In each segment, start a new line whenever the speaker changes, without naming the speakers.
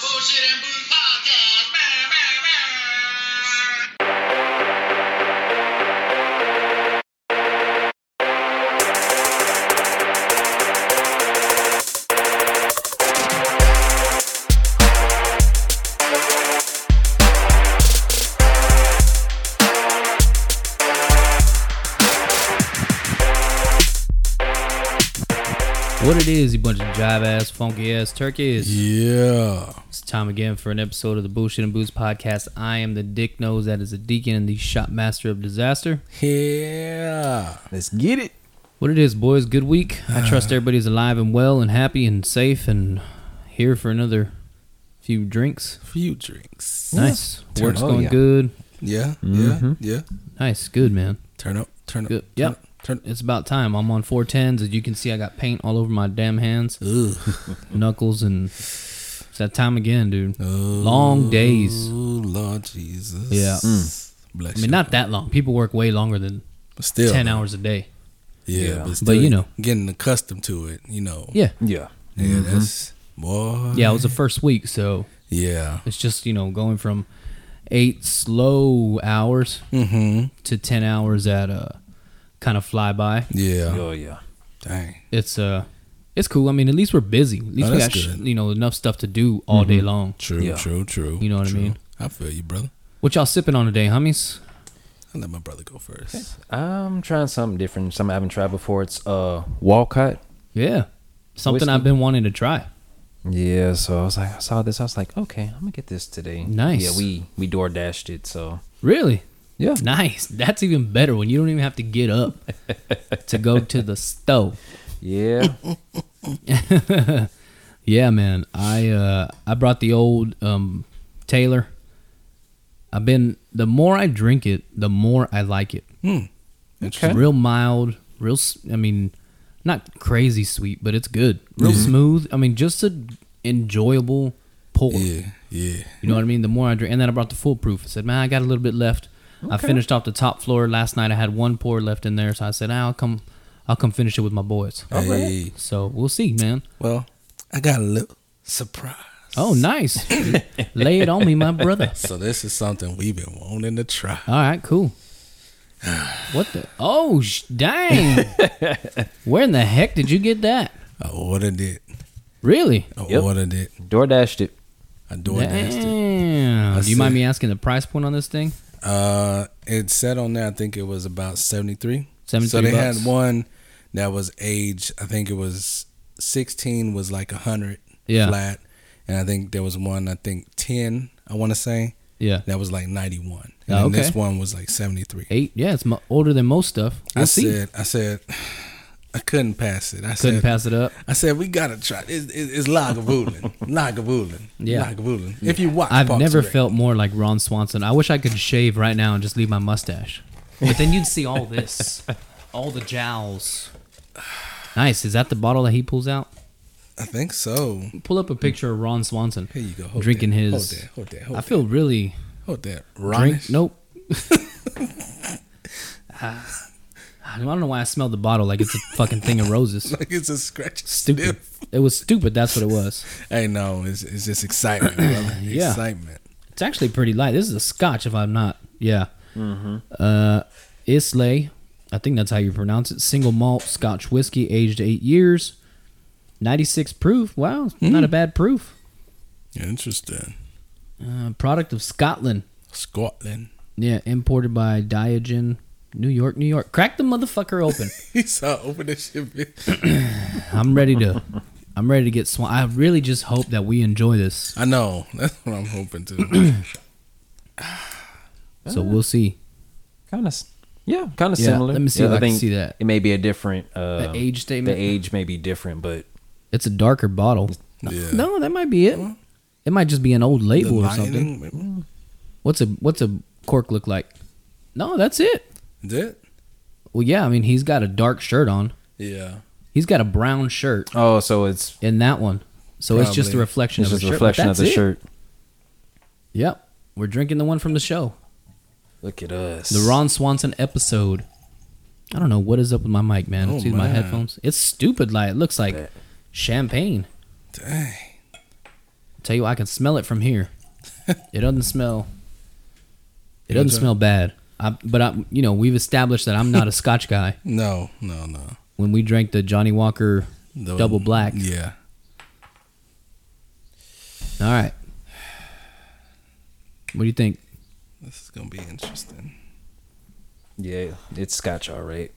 Bullshit and Brew Podcast. Bah, bah, bah.
What it is, you bunch of jive ass, funky ass turkeys.
Yeah.
It's time again for an episode of the Bullshit and Booze podcast. I am the dick nose that is a deacon and the shop master of disaster.
Yeah.
Let's get it.
What it is, boys, good week. I trust everybody's alive and well and happy and safe and here for another few drinks.
Few drinks.
Nice.
Turn oh,
Work's
up,
going
yeah.
good.
Yeah.
Mhm.
Yeah. Yeah.
Nice. Good, man.
Turn up. Turn up.
Good.
Turn
Yep.
up. Turn up.
It's about time. I'm on 410s. As you can see, I got paint all over my damn hands,
Ugh.
knuckles, and it's that time again, dude.
Oh,
Long days.
Lord Jesus. Mm.
Yeah.
Bless
I mean, not that long. People work way longer than
but still,
10
though.
hours a day.
Yeah,
Yeah.
But,
But,
still,
you know.
getting accustomed to it. You know.
Yeah.
Yeah.
Yeah. That's boy.
Yeah, it was the first week, so
Yeah.
it's just, you know, going from eight slow hours
Mm-hmm.
to 10 hours at a kind of flyby.
Yeah.
Oh yeah.
Dang.
It's uh it's cool. I mean, at least we're busy. At least
Oh,
we got,
that's
sh-
good. Mm-hmm.
you know, enough stuff to do all day long.
True.
Yeah.
True. True.
You know what I
true.
mean?
I feel you, brother.
What y'all sipping on today, homies?
I let my brother go first.
I'm trying something different. Something I haven't tried before. It's uh Walcott.
Yeah. Something
Whiskey.
I've been wanting to try.
Yeah. So I was like, I saw this. I was like, okay, I'm gonna get this today.
Nice.
Yeah. We we door dashed it. So
Really?
yeah.
Nice. That's even better when you don't even have to get up to go to the stove.
Yeah.
Yeah, man. I uh I brought the old um Taylor. I've been the more I drink it, the more I like it. It's
okay.
real mild, real s- I mean, not crazy sweet, but it's good. Real
Mm-hmm.
smooth. I mean, just a enjoyable pour.
Yeah. Yeah.
You know what I mean? The more I drink, and then I brought the foolproof. I said, man, I got a little bit left. I finished off the top floor last night. I had one pour left in there, so I said, "Ah, I'll come, I'll come finish it with my boys.
Hey.
So we'll see, man.
Well, I got a little surprise.
Oh, nice. Lay it on me, my brother.
So this is something we've been wanting to try.
All right, cool. What the? Oh, sh- dang. Where in the heck did you get that?
I ordered it.
Really?
I
Yep.
ordered it.
Door dashed it.
I door dashed it.
Damn. Do you mind
see.
me asking the price point on this thing?
Uh, it said on there. I think it was about seventy three.
73
So they
bucks.
had one that was age. I think it was sixteen was like a hundred
Yeah.
flat, and I think there was one. I think ten. I want to say
Yeah.
that was like ninety one, and
Oh,
then this
okay.
one was like seventy three.
Eight? Yeah, it's mo- older than most stuff. We'll
I
see.
said. I said. I couldn't pass it. I
Couldn't
said.
pass it up.
I said we gotta try. It's, it's, it's Lagavulin, Lagavulin,
Yeah.
Lagavulin. If you watch,
I've
Parks
never
and Rec.
felt more like Ron Swanson. I wish I could shave right now and just leave my mustache. But then you'd see all this, all the jowls. Nice. Is that the bottle that he pulls out?
I think so.
Pull up a picture of Ron Swanson.
Here you go. Hold
drinking
that.
his.
Hold that. Hold that. Hold
I feel really
That, hold that.
drink.
Ronish.
Nope. Ah, I don't know why I smelled the bottle like it's a fucking thing of roses.
Like it's a scratch.
Stupid. It was stupid. That's what it was.
Hey, no, it's it's just excitement, brother.
Yeah.
Excitement.
It's actually pretty light. This is a Scotch, if I'm not. Yeah. Uh, Islay, I think that's how you pronounce it. Single malt Scotch whiskey, aged eight years, 96 proof. Wow,
Hmm.
not a bad proof.
Interesting.
Uh, product of Scotland.
Scotland.
Yeah, imported by Diogen, New York, New York. Crack the motherfucker open.
He saw open this shit. bitch.
I'm ready to. I'm ready to get swan. I really just hope that we enjoy this.
I know. That's what I'm hoping to.
So
Uh-huh.
we'll see.
Kind of. Yeah. Kind of
Yeah,
similar.
let me see
Yeah,
if I can see that.
It may be a different. Uh,
The age statement.
The age may be different, but
It's a darker bottle.
Yeah.
No, that might be it. It might just be an old
The
label or something.
lining. maybe?
What's a what's a cork look like? No, that's it.
Is it?
Well, yeah, I mean he's got a dark shirt on.
Yeah.
He's got a brown shirt
oh, so it's
in that one, so it's just a
Probably.
reflection
it's
of
just
a
a
shirt.
reflection
but
of the
that's it.
shirt.
Yep, we're drinking the one from the show,
Look at us.
the Ron Swanson episode. I don't know what is up with my mic, man.
Oh,
it's either my
man.
headphones. It's stupid. Like it looks like champagne.
Dang.
Tell you, what, I can smell it from here. It doesn't smell. It doesn't
Okay.
smell bad. I, but I, you know, we've established that I'm not a Scotch guy.
No, no, no.
When we drank the Johnny Walker,
The-
Double black.
Yeah.
all right. What do you think?
This is gonna be interesting.
Yeah, it's Scotch, all right.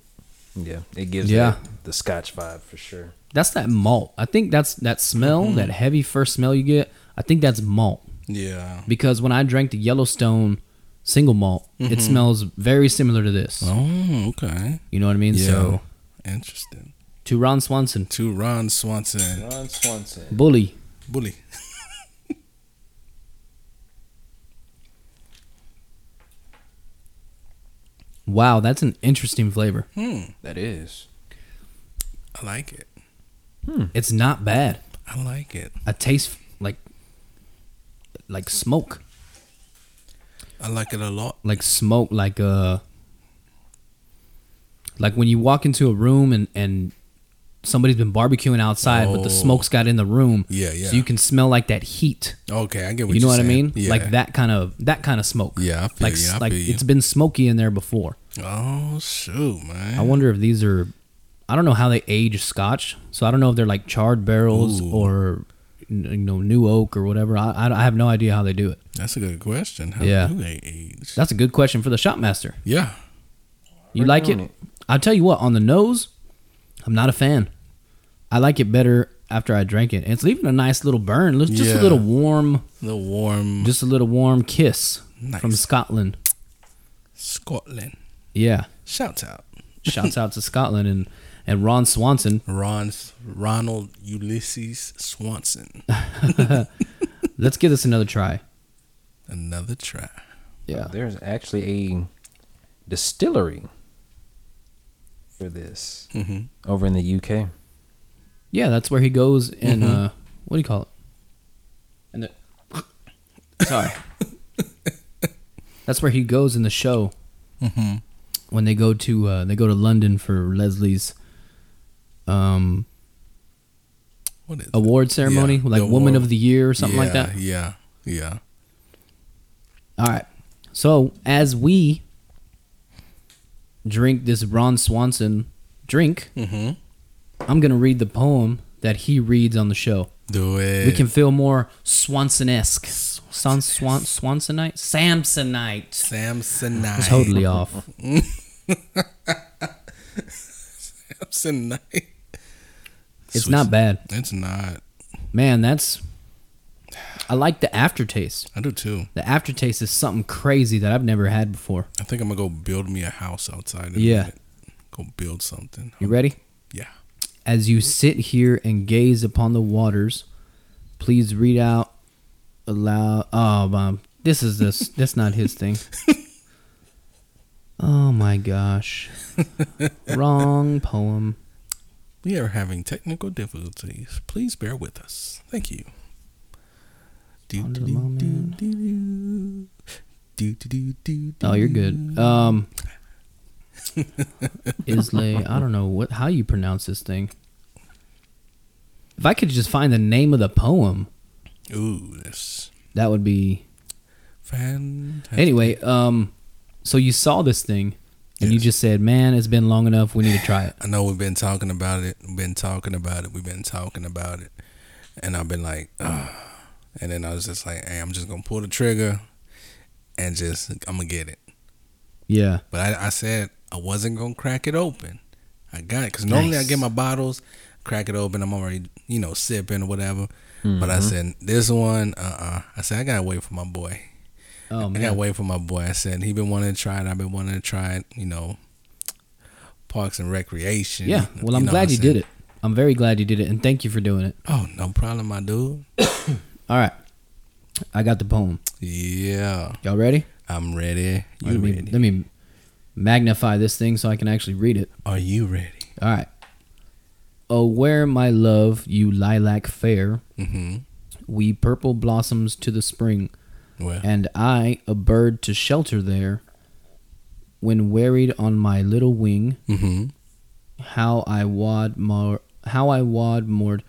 Yeah, it gives
Yeah.
yeah the Scotch vibe for sure.
That's that malt. I think that's that smell,
Mm-hmm.
that heavy first smell you get. I think that's malt.
Yeah.
because when I drank the Yellowstone single malt,
Mm-hmm.
it smells very similar to this.
Oh, okay.
you know what I mean?
Yeah.
So
Interesting.
to Ron Swanson,
To Ron Swanson,
Ron Swanson.
bully.
bully.
Wow, that's an interesting flavor.
Hmm.
That is.
I like it. Hmm.
It's not bad.
I like it.
I taste like like smoke,
I like it a lot.
like smoke, like uh, like when you walk into a room and and somebody's been barbecuing outside, but
Oh.
the smoke's got in the room.
Yeah, yeah.
So you can smell like that heat.
Okay, I get what
you know
you're
what I
saying.
mean?
Yeah.
Like that kind of that kind of smoke.
Yeah, I feel
like
you, I
like
feel you.
it's been smoky in there before.
Oh shoot, man.
I wonder if these are. I don't know how they age Scotch, so I don't know if they're like charred barrels
Ooh.
or n- you know new oak or whatever. I, I I have no idea how they do it.
That's a good question. How
Yeah.
do they age?
That's a good question for the shop master.
yeah.
You
Working
like it?
on it.
I'll tell you what. On the nose, I'm not a fan. I like it better after I drank it. And it's leaving a nice little burn. It's Just
Yeah.
a little warm,
The warm
just a little warm kiss from
Nice.
Scotland.
Scotland.
Yeah.
Shouts out.
Shouts out to Scotland and and Ron Swanson.
Ron Ronald Ulysses Swanson.
Let's give this another try.
Another try.
Yeah.
There's actually a distillery for this
Mm-hmm.
hmm
over in the UK.
Yeah, that's where he goes and
Mm-hmm.
uh what do you call it? And the Sorry. that's where he goes in the show. Mm-hmm. When they go to uh they go to London for Leslie's um
What is
award ceremony,
Yeah,
like
the
woman
award.
of the year or something like
Yeah,
that.
Yeah, yeah.
All right. So as we drink this Ron Swanson drink,
Mm-hmm.
I'm gonna read the poem that he reads on the show.
Do it.
We can feel more Swanson-esque. Swan, Swan, Swansonite? Samsonite.
Samsonite.
Totally off.
Samsonite.
It's
Sweet-
not bad.
It's not.
Man, that's... I like the aftertaste.
I do too.
The aftertaste is something crazy that I've never had before.
I think I'm gonna go build me a house outside. in a
Yeah.
minute. Go build something.
You ready?
Yeah.
As you sit here and gaze upon the waters, please read out aloud. Oh, um, this is this. That's not his thing. Oh my gosh. Wrong poem.
We are having technical difficulties. Please bear with us. Thank you. Do,
Under
do,
the
do,
moment.
do, do. Do, do, do, do,
Oh, you're good.
do.
Um, Islay, I don't know what how you pronounce this thing. If I could just find the name of the poem,
Ooh, that's
that would be
fantastic.
anyway. Um, so you saw this thing, and you
Yes.
just said, "Man, it's been long enough. We need to try it."
I know we've been talking about it. We've been talking about it. We've been talking about it. And I've been like, ah. and then I was just like, hey, I'm just gonna pull the trigger, and just I'm gonna get it.
Yeah,
But I, I said I wasn't gonna crack it open. I got it because normally I
Nice.
get my bottles, crack it open. I'm already you know sipping or whatever. But
Mm-hmm.
I said this one, uh, uh I said I gotta wait for my boy.
oh
I gotta
man,
wait for my boy. I said he been wanting to try it. I've been wanting to try it. You know, parks and recreation.
yeah. Well, I'm
know what
glad
I'm
you
saying?
did it. I'm very glad you did it, and thank you for doing it.
Oh no problem, my dude.
All right, I got the poem.
Yeah,
Y'all ready?
I'm ready. You
let me
ready?
let me magnify this thing so I can actually read it.
Are you ready?
All right. Oh, where, my love, you lilac fair,
Mm-hmm.
we purple blossoms to the spring,
Well,
and I, a bird to shelter there, when wearied on my little wing,
mm-hmm.
how I wad more, how I wad moored,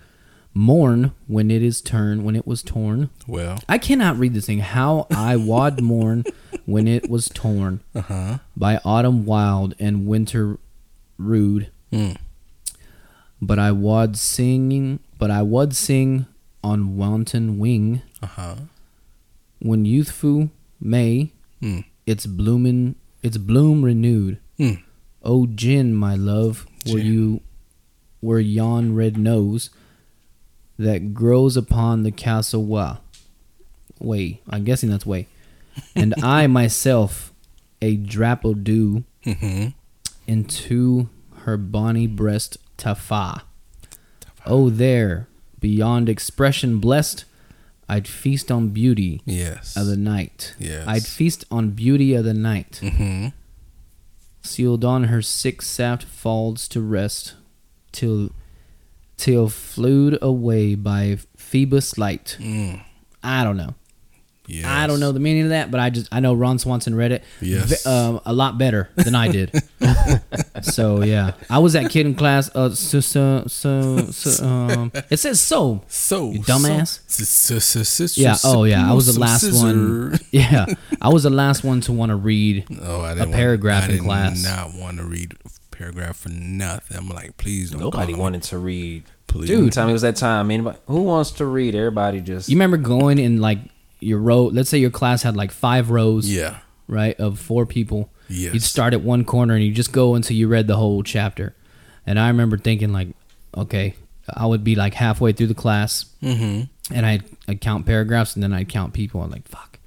mourn when it is turn when it was torn.
Well,
I cannot read this thing. How I wad mourn when it was torn by autumn wild and winter rude.
Mm.
But I wad singing, but I would sing on wanton wing
uh huh.
when youthful May
Mm.
its bloomin' its bloom renewed.
Mm.
Oh gin, my love, were
Gin.
you were yon red nose that grows upon the castle wa way. I'm guessing that's way. And I myself a drapple dew
Mm-hmm.
into her bonny breast tafa. Oh there, beyond expression blessed, I'd feast on beauty
Yes.
of the night.
Yes.
I'd feast on beauty of the night.
mm-hmm.
Sealed on her six sapped folds to rest, till till flued away by Phoebus light.
Mm.
I don't know.
Yes.
I don't know the meaning of that, but I just I know Ron Swanson read it
Yes.
ve- um, a lot better than I did. so yeah, I was that kid in class. Uh, so, so, so, so, um, it says so.
So
You dumbass.
So, so, so, so, so,
Yeah. Oh yeah, I was the
so
last one.
scissor.
Yeah, I was the last one to want to read.
Oh, I didn't
paragraph
want, I
in
did
class.
Not want to read a paragraph for nothing. I'm like, please don't.
Nobody
call me.
wanted to read.
Please.
Dude, time it was that time. Anybody who wants to read? Everybody just
You remember going in like your row? Let's say your class had like five rows,
Yeah.
right, of four people.
Yes.
You'd start at one corner and you just go until you read the whole chapter. And I remember thinking like, okay, I would be like halfway through the class, mm-hmm. and I'd, I'd count paragraphs and then I'd count people. I'm like, fuck.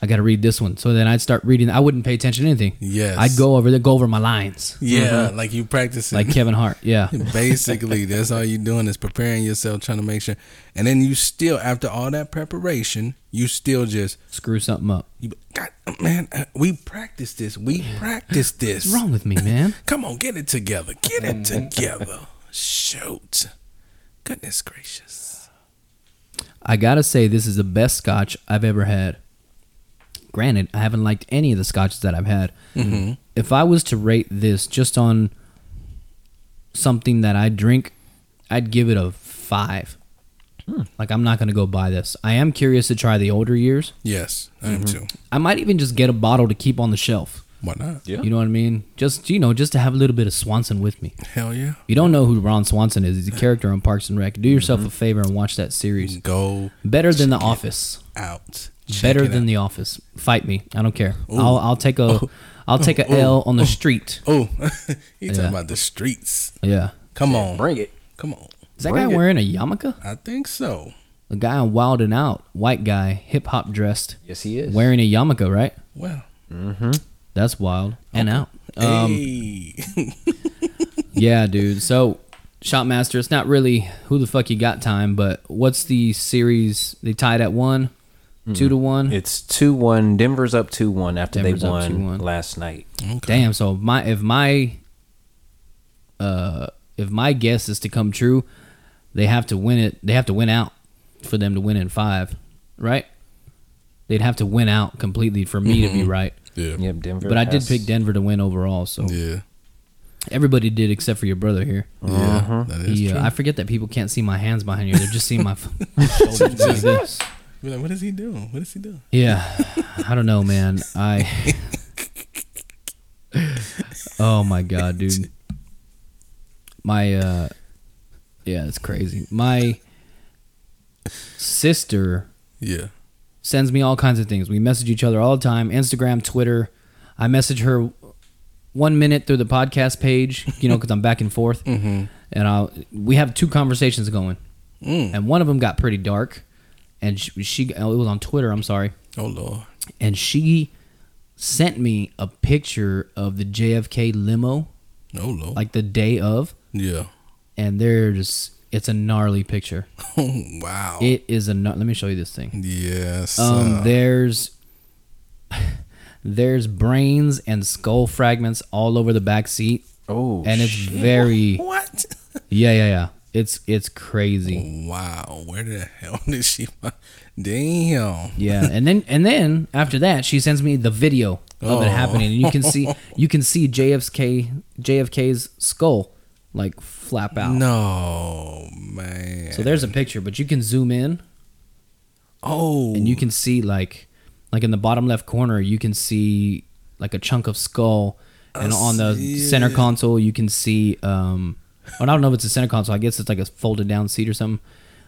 I gotta read this one, so then I'd start reading. I wouldn't pay attention to anything.
Yes.
I'd go over there, go over my lines,
Yeah, like you practicing.
like Kevin Hart. Yeah,
Basically, that's all you're doing is preparing yourself, trying to make sure. And then you still, after all that preparation, you still just,
screw something up.
you, God, man, uh, we practiced this. We practiced this.
What's wrong Mm-hmm. with me, man?
Come on, get it together. Get it together. Shoot. Goodness gracious.
I gotta say, this is the best scotch I've ever had. Granted, I haven't liked any of the scotches that I've had. If I was to rate this just on something that I drink, I'd give it a five. Like, I'm not gonna go buy this. I am curious to try the older years.
Yes, I am too.
I might even just get a bottle to keep on the shelf.
Why not?
Yeah.
You know what I mean? Just, you know, just to have a little bit of Swanson with me.
Hell yeah.
You don't know who Ron Swanson is. He's a character on Parks and Rec. Do yourself a favor and watch that
Mm.
series.
Go
Better than The Office.
out.
better than the office fight me i don't care i'll i'll take a will take a L on the street
Oh, he talking
Yeah.
about the streets.
yeah
Come on.
bring it.
Come on.
is that
Bring
guy
it.
wearing a yarmulke
I think so.
the guy on wild and out white guy hip-hop dressed
Yes, he is.
wearing a yarmulke right
Well,
that's wild
Oh.
and out um
hey.
yeah dude so shopmaster it's not really who the fuck you got time but what's the series they tied at one
Hmm.
two to one
It's two one. Denver's up two one after
Denver's
they
up
won
2-1.
last night.
okay.
Damn. So if my if my uh if my guess is to come true, they have to win it. They have to win out for them to win in five, right? They'd have to win out completely for me to
Mm-hmm.
be right.
Yeah.
Yep, Denver.
But I did
has-
pick Denver to win overall, so
Yeah.
everybody did except for your brother here.
Yeah. That is
He, uh,
true.
I forget that people can't see my hands behind here; they're just seeing my f- shoulders like this.
Be like, what is he doing? What is he doing?
Yeah, I don't know, man. I. oh my god, dude. My uh, yeah, it's crazy. My sister
Yeah.
sends me all kinds of things. We message each other all the time, Instagram, Twitter. I message her one minute through the podcast page, you know, because I'm back and forth, and I will we have two conversations going,
Mm.
and one of them got pretty dark, and she, she oh, it was on Twitter. I'm sorry
Oh Lord.
and she sent me a picture of the JFK limo
Oh Lord.
like the day of
yeah.
and there's it's a gnarly picture.
Oh wow.
It is a gnar- let me show you this thing.
yes.
Um
uh,
there's there's brains and skull fragments all over the back seat
Oh,
and it's very
what?
yeah yeah yeah. It's it's crazy.
Wow. Where the hell did she? Find? Damn.
Yeah, and then and then after that she sends me the video of
Oh.
it happening and you can see you can see JFK JFK's skull like flap out.
No man.
So there's a picture, but you can zoom in
oh,
and you can see like like in the bottom left corner you can see like a chunk of skull and
I
on the
see
center
it.
console you can see um and I don't know if it's a center console, I guess it's like a folded down seat or something.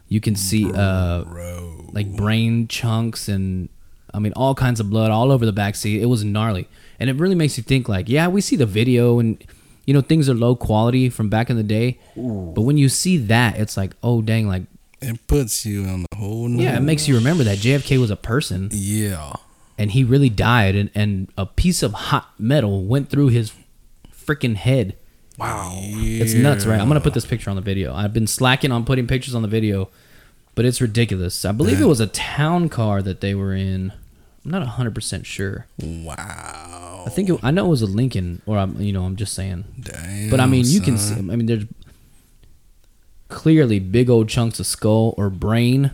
You can see uh
bro.
like brain chunks and I mean all kinds of blood all over the back seat. It was gnarly, and it really makes you think. Like, yeah, we see the video, and you know things are low quality from back in the day, but when you see that, it's like, oh dang, like
It puts you on the whole.
yeah, it
nother-
makes you remember that JFK was a person
Yeah.
and he really died, and and a piece of hot metal went through his freaking head.
Wow.
It's nuts, right? I'm gonna put this picture on the video. I've been slacking on putting pictures on the video, but it's ridiculous. I believe it was a town car that they were in. I'm not 100 percent sure.
Wow.
I think it, I know it was a Lincoln, or I'm you know I'm just saying.
Damn.
But I mean, you can see. I
son.
mean, there's clearly big old chunks of skull or brain.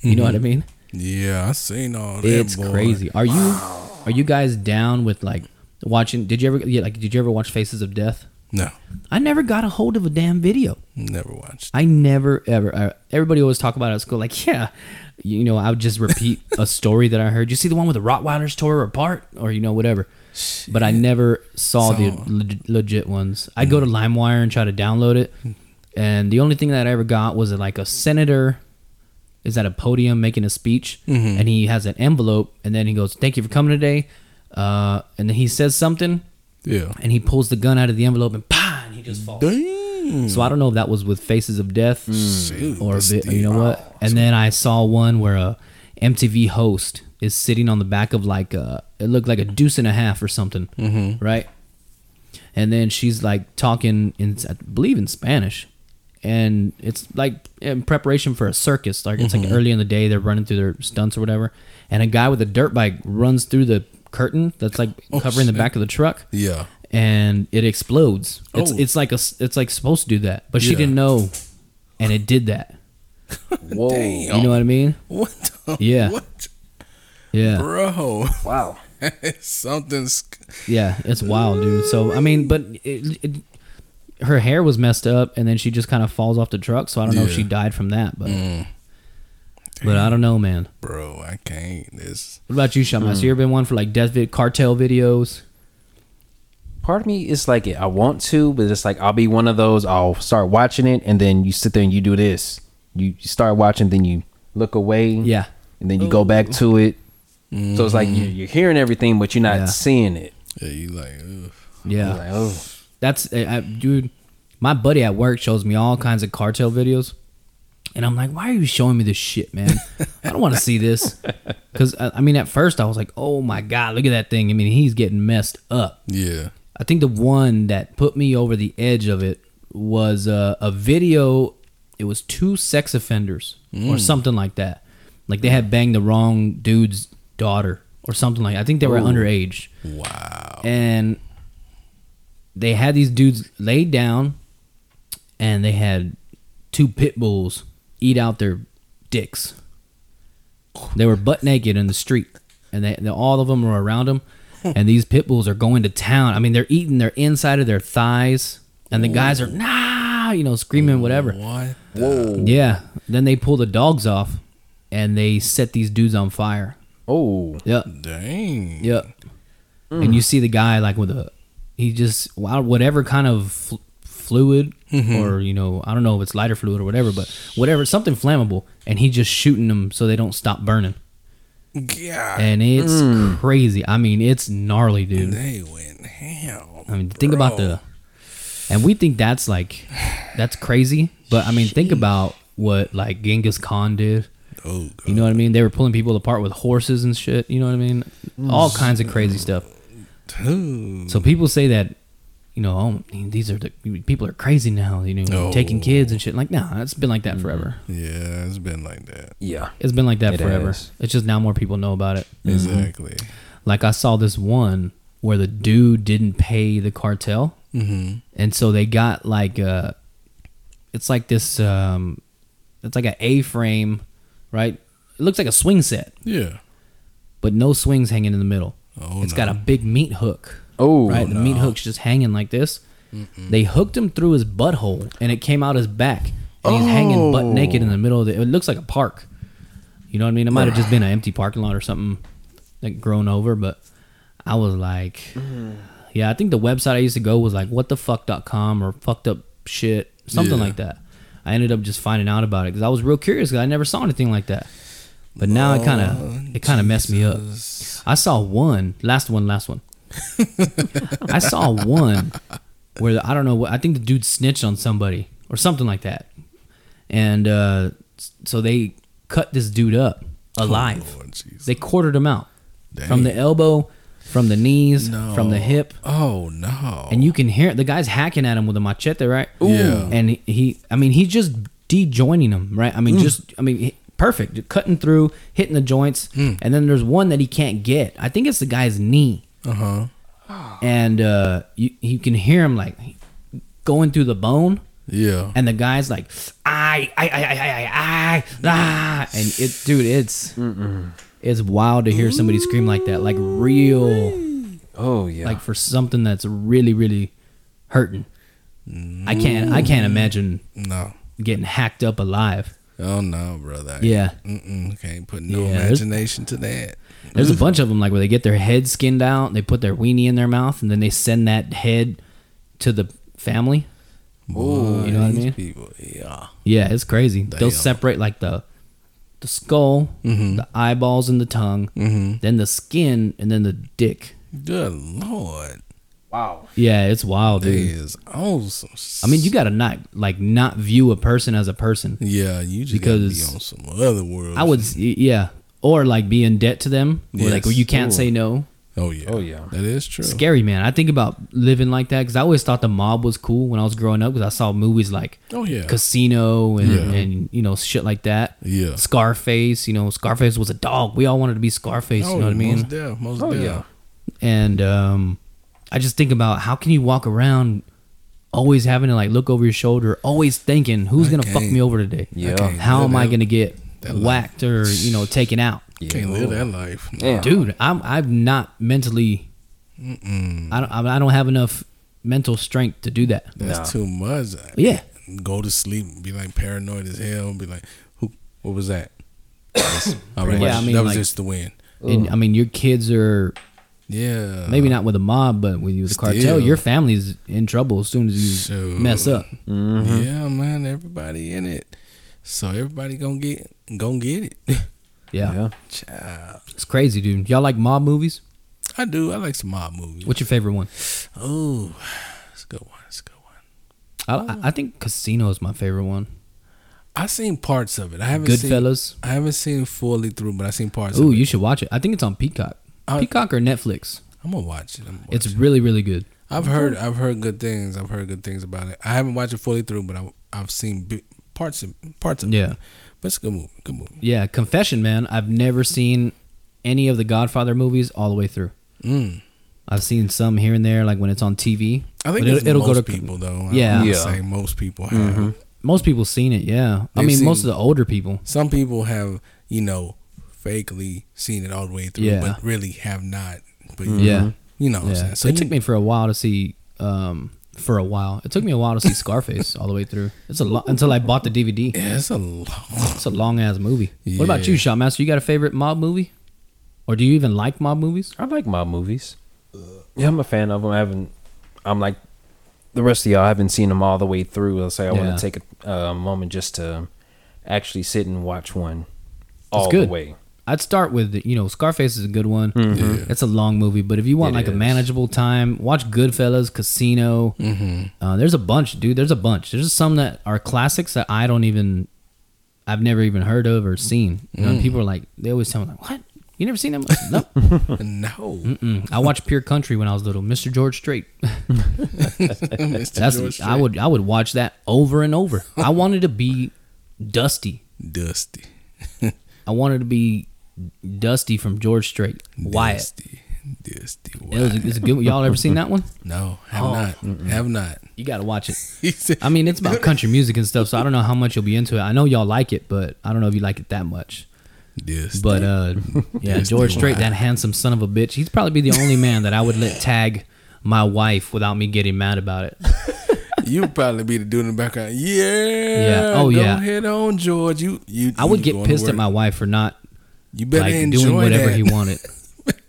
You know what I mean?
Yeah, I seen all that.
It's
Mm-hmm. boy.
crazy. Are you are you guys down with like watching? Did you ever yeah, like? Did you ever watch Faces of Death?
No,
I never got a hold of a damn video.
never watched.
I never ever. I, everybody always talk about it at school. Like, yeah, you know, I would just repeat a story that I heard. You see the one with the Rottweilers tore her apart, or you know, whatever. But I never saw the
Saw. Mm.
leg- legit ones. I go to LimeWire and try to download it, and the only thing that I ever got was like a senator is at a podium making a speech,
Mm-hmm.
and he has an envelope, and then he goes, "Thank you for coming today," uh, and then he says something,
Yeah.
and he pulls the gun out of the envelope, and pa, and he just falls.
Damn.
So I don't know if that was with Faces of Death
Shoot, Oh,
or
that's
vi- you know
deep.
what. And then I saw one where uh, a MTV host is sitting on the back of like a it looked like a deuce and a half or something,
Mm-hmm.
right? And then she's like talking in I believe in Spanish, and it's like in preparation for a circus. Like it's
Mm-hmm.
like early in the day, they're running through their stunts or whatever, and a guy with a dirt bike runs through the curtain that's like
Oh,
covering the
shit.
back of the truck
Yeah.
and it explodes. It's
Oh.
it's like a s- it's like supposed to do that, but she
Yeah.
didn't know, and it did that.
Whoa.
Damn.
You know what I mean?
What? The,
Yeah.
What,
Yeah,
bro?
Wow.
Something's.
yeah, it's wild, dude. So I mean, but it, it, her hair was messed up, and then she just kind of falls off the truck. So I don't know if
Yeah. Mm.
she died from that, but but I don't know, man.
Bro, I can't. This.
What about you, Shamas? You ever been one for like death vid cartel videos?
Part of me is like, I want to, but it's like, I'll be one of those. I'll start watching it, and then you sit there and you do this. You you start watching, then you look away.
Mm.
Yeah,
And then you go back to it. So it's like you're, you're hearing everything, but you're not
Yeah.
seeing it.
Yeah, you like. Ugh.
yeah.
It's like, oh.
That's eh, I, I, dude. My buddy at work shows me all kinds of cartel videos, and I'm like, "Why are you showing me this shit, man? I don't want to see this." Because I, I mean, at first I was like, "Oh my god, look at that thing!" I mean, he's getting messed up.
Yeah.
I think the one that put me over the edge of it was uh, a video. It was two sex offenders or something like that. Like they had banged the wrong dude's daughter or something like. I think they were underage
Wow.
and they had these dudes laid down and they had two pit bulls eat out their dicks they were butt naked in the street and they, they- all of them were around them and these pit bulls are going to town i mean they're eating their inside of their thighs and the guys are nah you know screaming whatever
What?
Whoa.
yeah then they pull the dogs off and they set these dudes on fire
Oh.
yep
the- Dang.
Yep. And you see the guy like with a, he just wow, whatever kind of fl- fluid or you know I don't know if it's lighter fluid or whatever, but whatever something flammable, and he just shooting them so they don't stop burning.
God.
And it's crazy. I mean, it's gnarly, dude.
they went ham.
I mean, think about
bro.
the, and we think that's like, that's crazy. But I mean, think about what like Genghis Khan did.
Oh, God.
You know what I mean? They were pulling people apart with horses and shit. You know what I mean? All kinds of crazy stuff.
Dude.
So people say that, you know, oh, these are the people are crazy now, you know,
No.
taking kids and shit. Like, nah, it's been like that forever.
Yeah, it's been like that.
Yeah.
It's been like that
It
forever.
has.
It's just now more people know about it.
Exactly.
Like I saw this one where the dude didn't pay the cartel,
Mm-hmm.
and so they got like uh it's like this, um, it's like an A-frame, right? It looks like a swing set,
Yeah.
but no swings hanging in the middle.
Oh,
It's
no.
got a big meat hook.
Oh.
right? The meat hook's just hanging like this, They hooked him through his butthole, and it came out his back. And he's hanging butt naked in the middle of the. It looks like a park. You know what I mean? It might have just been an empty parking lot or something like grown over, but I was like, yeah, I think the website I used to go was like whatthefuck.com or fucked up shit, something
Yeah.
like that. I ended up just finding out about it because I was real curious because I never saw anything like that. But now it kind
Oh,
of it kind of messed me up. I saw one last one, last one. I saw one where the, I don't know what I think the dude snitched on somebody or something like that, and uh, s- so they cut this dude up alive.
Oh, Lord Jesus.
They quartered him out
Dang.
from the elbow, from the knees, from the hip,
Oh no.
and you can hear the guy's hacking at him with a machete, right?
Yeah.
And he, he I mean, he's just de-joining him, right? I mean, just, I mean, he- perfect, just cutting through, hitting the joints, and then there's one that he can't get. I think it's the guy's knee,
uh huh.
and uh, you you can hear him like going through the bone.
Yeah.
And the guy's like, I, I, I, I, I, I, ah, and it, dude, it's, it's wild to hear somebody scream like that, like real,
Oh yeah.
like for something that's really really hurting i can't i can't imagine
no.
getting hacked up alive
Oh no, brother.
yeah
Mm-mm, can't put no
Yeah, there's-
imagination to that.
there's a bunch of them like where they get their head skinned out they put their weenie in their mouth and then they send that head to the family
Boy,
you know what I
these
mean?
People, yeah.
yeah it's crazy
Damn.
they'll separate like the the skull the eyeballs and the tongue then the skin and then the dick
Good
Mm-hmm.
lord,
wow.
yeah it's wild
it
dude
is awesome.
i mean you gotta not like not view a person as a person
yeah, you just gotta
because
be on some other world.
I would, s- y- yeah, or like be in debt to them. Or Like
Yes.
you can't say no.
Oh yeah.
Oh, yeah.
That is true.
Scary man. I think about living like that because I always thought the mob was cool when I was growing up because I saw movies like
Oh yeah.
Casino and,
Yeah.
and you know shit like that.
Yeah.
Scarface. You know, Scarface was a dog. We all wanted to be Scarface.
oh,
you know what I mean?
Most deaf, most
Oh,
deaf.
yeah.
and um, I just think about how can you walk around always having to like look over your shoulder, always thinking who's
I
gonna fuck
can't.
me over today?
Yeah.
can't
How
live
am I
that-
gonna get
that life.
whacked or you know taken out?
Can't live that life.
Damn.
Uh-huh.
dude i'm i'm not mentally i don't i don't have enough mental strength to do that
That's
Nah.
too much.
yeah
Go to sleep, be like paranoid as hell, be like, who? What was that? That's- All right,
much. Yeah, I mean,
that was
like-
just the wind.
and i mean your kids are
Yeah.
maybe not with a mob but with you with the cartel
Still.
your family's in trouble as soon as you
Shoot.
mess up
Mm-hmm.
Yeah, man. Everybody in it, so everybody gonna get gonna get it.
yeah.
Yeah.
Child.
it's crazy dude y'all like mob movies
I do. I like some mob movies.
what's your favorite one
Oh, it's a good one. It's a good one.
i I, I think casino is my favorite one
I seen parts of it. I haven't seen.
goodfellas
I haven't seen fully through, but I seen parts.
ooh
of it.
you should watch it i think it's on peacock
I-
peacock or netflix
I'm gonna watch it. I'm gonna watch
it's
it.
really really good
I've heard. I've heard good things. I've heard good things about it. I haven't watched it fully through, but I, I've seen bi- parts of parts of
Yeah.
it. But it's a good movie. Good movie.
yeah confession man i've never seen any of the godfather movies all the way through
Mm.
I've seen some here and there, like when it's on TV.
I think
But
it's most people though. I
Yeah.
would
Yeah.
say most people have.
Most people seen it, yeah. I
They've
mean, most of
seen-
the older people.
Some people have, you know, fakely seen it all the way through,
Yeah. Mm-hmm.
but really have not. But
Yeah.
you know, what I'm
Yeah.
saying? so
it
you-
took me for a while to see. Um, for a while, it took me a while to see Scarface all the way through. It's a lo- until I bought the DVD.
Yeah, it's a long.
It's a long ass movie. What about you,
Yeah.
Shotmaster? You got a favorite mob movie, or do you even like mob movies?
I like mob movies. Yeah, I'm a fan of them. I haven't. I'm like the rest of y'all. I haven't seen them all the way through. So I
Yeah.
want to take a uh, moment just to actually sit and watch one all
good.
the way.
I'd start with you know Scarface is a good one.
Yeah.
It's a long movie, but if you want
Mm-hmm.
like
It
a
is.
manageable time, watch Goodfellas, Casino.
Mm-hmm.
Uh, there's a bunch, dude. There's a bunch. There's some that are classics that I don't even, I've never even heard of or seen. You know,
Mm.
and people are like, they always tell me like, what? You never seen them? no.
No,
Mm-mm. Mm. I watched Pure Country when I was little. Mr. George Strait.
Mr.
That's
George
I would I would watch that over and over. I wanted to be Dusty.
Dusty.
I wanted to be Dusty from George Strait. Wyatt.
Dusty. Dusty.
It was,
Wyatt.
it's a good. one. Y'all ever seen that one?
No, have
Oh.
not. Have not.
You gotta watch it.
He said,
I mean, it's about country music and stuff, so I don't know how much you'll be into it. I know y'all like it, but I don't know if you like it that much.
Dusty.
But uh, yeah,
Yes,
George
they
Strait,
were.
that handsome son of a bitch, he'd probably be the only man that I would let tag my wife without me getting mad about it.
You probably be the dude in the background. Yeah.
Yeah. Oh,
go
yeah.
Head on, George. You. You.
I would
you
get
going to
pissed at
work.
my wife for not
You better
like
enjoy
doing whatever
that.
he wanted.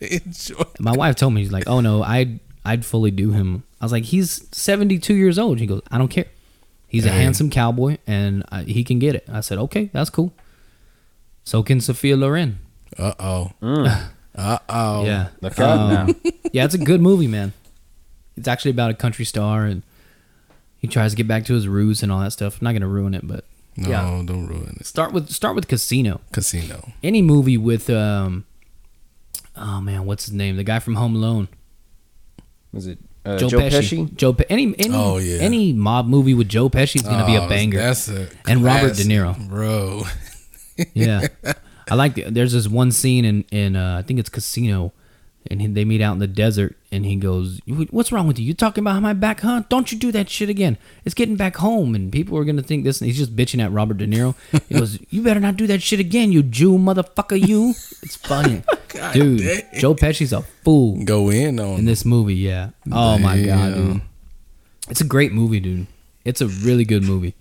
enjoy.
My wife told me she's like, "Oh no, I'd I'd fully do him." I was like, "He's seventy two years old." He goes, "I don't care. He's a
Hey.
handsome cowboy, and I, he can get it." I said, "Okay, that's cool." So can Sophia Loren.
Uh oh. Uh oh.
Mm. yeah,
Look out
Um,
now.
yeah, it's a good movie, man. It's actually about a country star, and he tries to get back to his roots and all that stuff. I'm not gonna ruin it, but
No,
yeah,
don't ruin it.
start with start with Casino.
Casino.
Any movie with um, oh man, what's his name? The guy from Home Alone.
Was it uh,
Joe, Pesci. Joe Pe- any any
Oh, yeah.
any mob movie with Joe Pesci is gonna be
Oh,
a banger.
That's a
And Robert De
classic,
Niro.
bro.
yeah, I like. The, there's this one scene in in uh, I think it's Casino, and he, they meet out in the desert, and he goes, "You- "What's wrong with you? You talking about my back, huh? Don't you do that shit again. It's getting back home, and people are gonna think this." And he's just bitching at Robert De Niro. He goes, "You better not do that shit again, you Jew motherfucker, you." It's funny, dude.
dang.
Joe Pesci's a fool.
Go
in
in on.
this movie. Yeah. Oh my god,
Damn.
dude. It's a great movie, dude. It's a really good movie.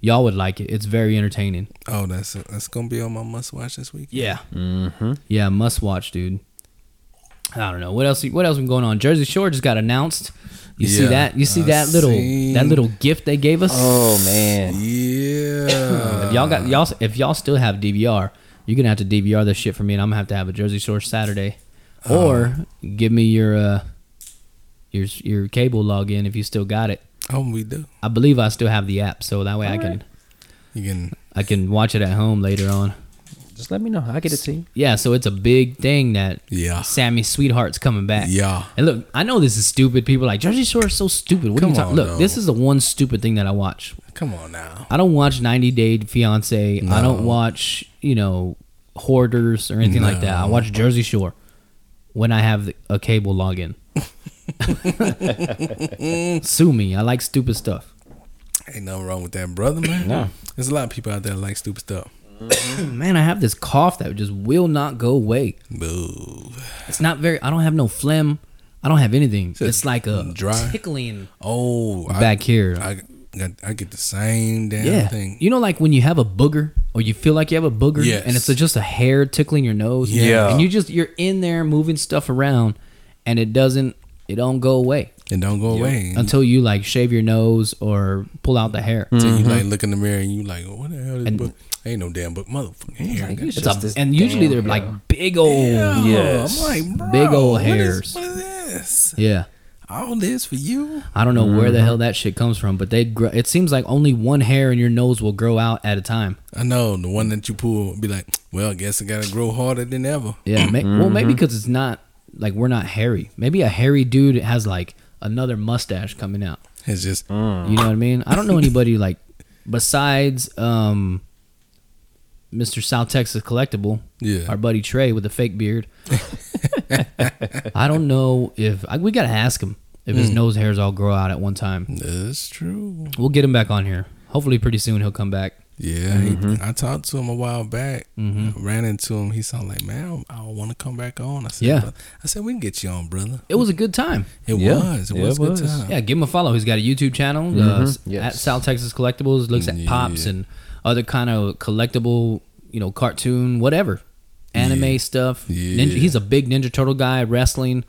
Y'all would like it. It's very entertaining.
Oh, that's that's gonna be on my must watch this week.
Yeah. Mm-hmm. Yeah, must watch, dude. I don't know what else. What else been going on? Jersey Shore just got announced. You see
Yeah,
that? You see
I
that little
seen-
that little gift they gave us?
Oh man,
Yeah.
If y'all got y'all if y'all still have DVR, you're gonna have to DVR this shit for me, and I'm gonna have to have a Jersey Shore Saturday,
Uh-huh.
or give me your uh your your cable login if you still got it.
Oh, we do.
I believe I still have the app, so that way I can
You can.
I can watch it at home later on.
just let me know. I get it to you.
Yeah, so it's a big thing that
Yeah.
Sammy Sweetheart's coming back.
Yeah.
And look, I know this is stupid. People are like Jersey Shore is so stupid. What
Come
are you talking?
on,
Look, this
though.
is the one stupid thing that I watch.
Come on now.
I don't watch 90 Day Fiance. I don't watch, you know, Hoarders or anything like that. I watch Jersey Shore when I have the- a cable login. Sue me. I like stupid stuff.
Ain't nothing wrong with that, brother, man.
No.
There's a lot of people out there that like stupid stuff.
Man, I have this cough that just will not go away.
Boo.
It's not very. I don't have no phlegm. I don't have anything. It's, like a
dry.
tickling
Oh, I,
back here.
I got. I get the same damn
yeah,
thing.
you know, like when you have a booger or you feel like you have a booger,
Yes.
and it's just a hair tickling your nose.
Yeah.
and you just you're in there moving stuff around, and it doesn't. It don't go away
and don't go away
until you like shave your nose or pull out the hair.
until you like look in the mirror and you like, what the hell is
Mm-hmm. And-
book? Ain't no damn book, motherfucking hair. I got
It's
just
a-
this
and usually they're
damn hair.
like big old.
Yeah,
Yes.
I'm like, bro,
Big old
what is-
hairs.
what is this?
yeah.
All this for you?
I don't know where the hell that shit comes from, but they grow. It seems like only one hair in your nose will grow out at a time.
I know the one that you pull be like, well, I guess I gotta grow harder than ever.
Yeah. May, Well, maybe because it's not like we're not hairy. Maybe a hairy dude has like another mustache coming out.
It's just
You know what I mean? I don't know anybody like besides um, Mr. South Texas Collectible.
Yeah.
Our buddy Trey with the fake beard. I don't know if I, we gotta ask him if his nose hairs all grow out at one time.
that's true.
We'll get him back on here. Hopefully, pretty soon he'll come back.
Yeah, he-
Mm-hmm.
I talked to him a while back. Ran into him. He sounded like, man, I want to come back on. I said,
Yeah.
"Bro-" I said we can get you on, brother.
It was a good time.
It
Yeah.
was. It
Yeah,
was
it
a good
was.
time.
Yeah, give him a follow. He's got a YouTube channel uh, s-
Yes.
at South Texas Collectibles. Looks at pops and other kind of collectible, you know, cartoon, whatever, anime stuff. Ninja,
Yeah.
he's a big Ninja Turtle guy, wrestling.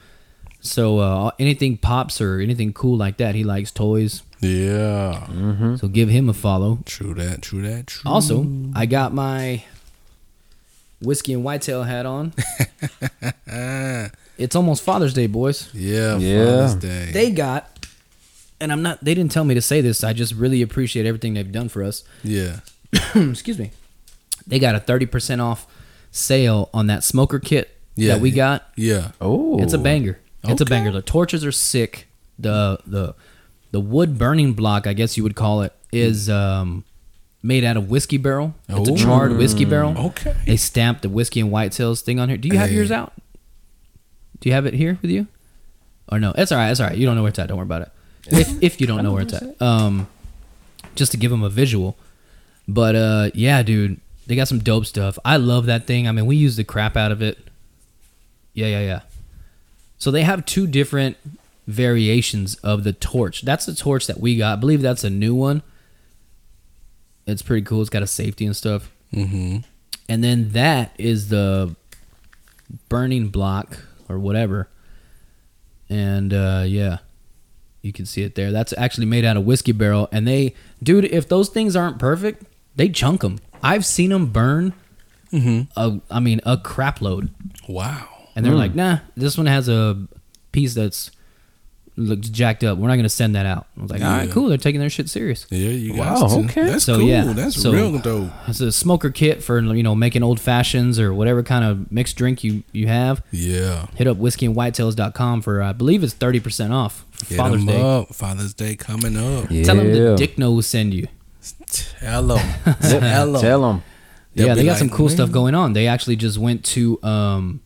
So uh, anything pops or anything cool like that, he likes toys.
Yeah.
So give him a follow.
True that. True that. True.
Also, I got my whiskey and whitetail hat on. it's almost Father's Day, boys.
Yeah.
Yeah.
Father's Day.
they got and i'm not they didn't tell me to say this i just really appreciate everything they've done for us
yeah.
excuse me they got a 30% off sale on that smoker kit
Yeah.
that we got
Yeah.
Oh,
it's a banger it's a
Okay.
banger the torches are sick the the the wood burning block i guess you would call it is um made out of whiskey barrel it's
Oh.
a charred whiskey barrel
Okay.
they stamped the whiskey and whitetails thing on here do you have
Hey.
yours out do you have it here with you or no it's all right it's all right you don't know where it's at don't worry about it if, if you don't know where it's at um just to give them a visual but uh yeah dude they got some dope stuff i love that thing i mean we use the crap out of it yeah yeah yeah so they have two different variations of the torch. That's the torch that we got. I believe that's a new one. It's pretty cool. It's got a safety and stuff.
Mm-hmm.
And then that is the burning block or whatever. And uh, yeah, you can see it there. That's actually made out of whiskey barrel. And they, dude, if those things aren't perfect, they chunk them. I've seen them burn. A, I mean, a crap load.
Wow.
And they're like, nah, this one has a piece that's looks jacked up. We're not gonna send that out. I was like, all right,
Yeah.
cool. They're taking their shit serious.
Yeah, you
Wow,
got to.
okay.
That's
So,
cool.
yeah.
That's
So-
real dope.
It's a smoker kit for you know making old fashions or whatever kind of mixed drink you you have.
Yeah.
Hit up whiskeyandwhitetails.com for I believe it's thirty percent off for
Hit
Father's
'em
Day.
Up. Father's Day coming up.
Yeah.
Tell them the Dick No will send you.
Tell 'em.
Yep.
Tell 'em.
Tell them.
They'll
yeah,
be
they got
like,
some cool stuff
"Man."
going on. They actually just went to um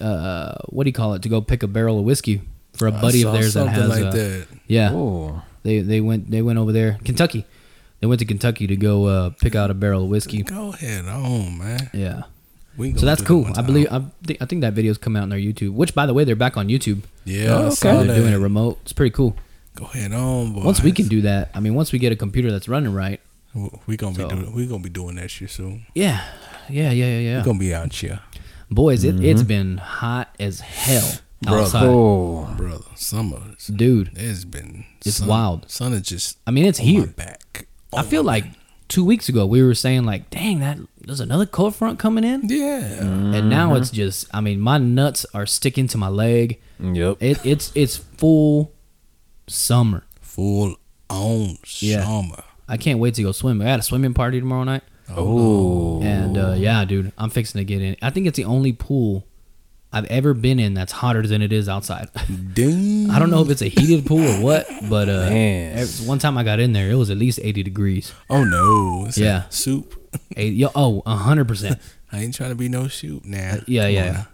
uh what do you call it to go pick a barrel of whiskey for a
I
buddy of
saw
theirs that
something
has
like
a-
that.
yeah.
Oh,
They they went they went over there Kentucky. They went to Kentucky to go uh, pick out a barrel of whiskey.
Go ahead on, man.
Yeah,
We can
so
go
that's
do that
cool.
one
I
time.
believe I, thi- I think that video's coming out on their YouTube. Which, by the way, they're back on YouTube. Uh,
Yeah.
Oh,
I
okay.
saw
They're doing
that.
it remote. It's pretty cool.
Go ahead on, boy.
Once we can do that, I mean, once we get a computer that's running right,
we gonna
So.
be doing we gonna be doing that shit soon.
yeah, yeah, yeah, yeah,
We
yeah.
gonna be out here,
Boys, it, it's been hot as hell
Mm-hmm. Bruh.
outside,
oh,
brother. Summers.
dude.
It's been
It's wild.
Sun is just
I mean, it's
on Oh my
here.
back.
I feel like two weeks ago we were saying like, dang, that there's another cold front coming in.
Yeah.
and
Mm-hmm.
now it's just i mean my nuts are sticking to my leg
yep.
it, it's it's full summer
Full on
Yeah.
summer.
i can't wait to go swim i got a swimming party tomorrow night
Oh,
and uh, yeah dude i'm fixing to get in i think it's the only pool i've ever been in that's hotter than it is outside
Ding.
i don't know if it's a heated pool or what but uh
Man.
ev- one time i got in there it was at least 80 degrees
Oh no. It's
Yeah.
a soup.
Eight, yo, oh 100%
I ain't trying to be no soup now.
Uh, yeah yeah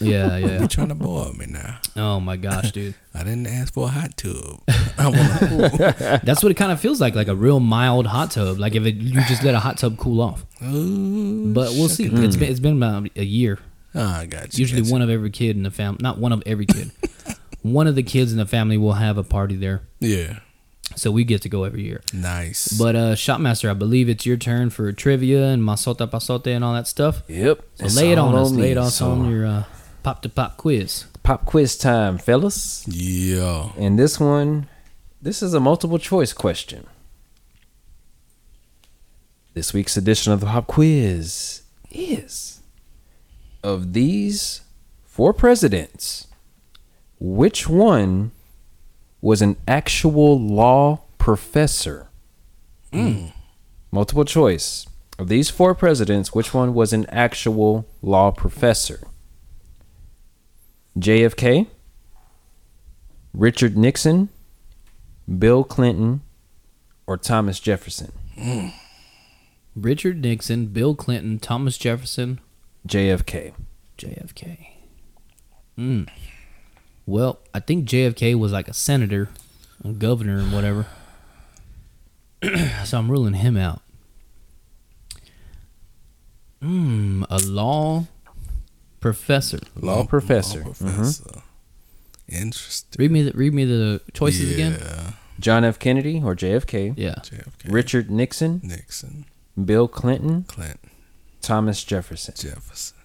yeah yeah
You trying to boil me now?
oh my gosh dude
I didn't ask for a hot tub. I want a pool.
that's what it kind of feels like like a real mild hot tub like if it, you just let a hot tub cool off
Ooh,
But we'll see. It's been it's been about a year.
Ah, I got you.
Usually
got you.
one of every kid in the family, not one of every kid. one of the kids in the family will have a party there,
Yeah.
so we get to go every year.
Nice.
But uh Shopmaster, I believe it's your turn for trivia and masota pasote and all that stuff.
yep.
So
It's
lay it on
all
us. Lay
me.
it on us
So,
on your uh, pop to pop quiz.
pop quiz time, fellas.
yeah.
And this one, this is a multiple choice question. This week's edition of the pop quiz is of these four presidents, which one was an actual law professor? Multiple choice. Of these four presidents, which one was an actual law professor? JFK, Richard Nixon, Bill Clinton, or Thomas Jefferson?
Richard Nixon, Bill Clinton, Thomas Jefferson,
JFK.
JFK. Mm. Well, I think JFK was like a senator, a governor, and whatever. so I'm ruling him out. Mm, a law professor.
Law professor. Mm-hmm.
professor. Interesting.
Read me the read me the choices
yeah.
again.
John F. Kennedy or JFK,
Yeah.
JFK.
Richard Nixon,
Nixon.
Bill Clinton,
Clinton.
Thomas Jefferson.
Jefferson.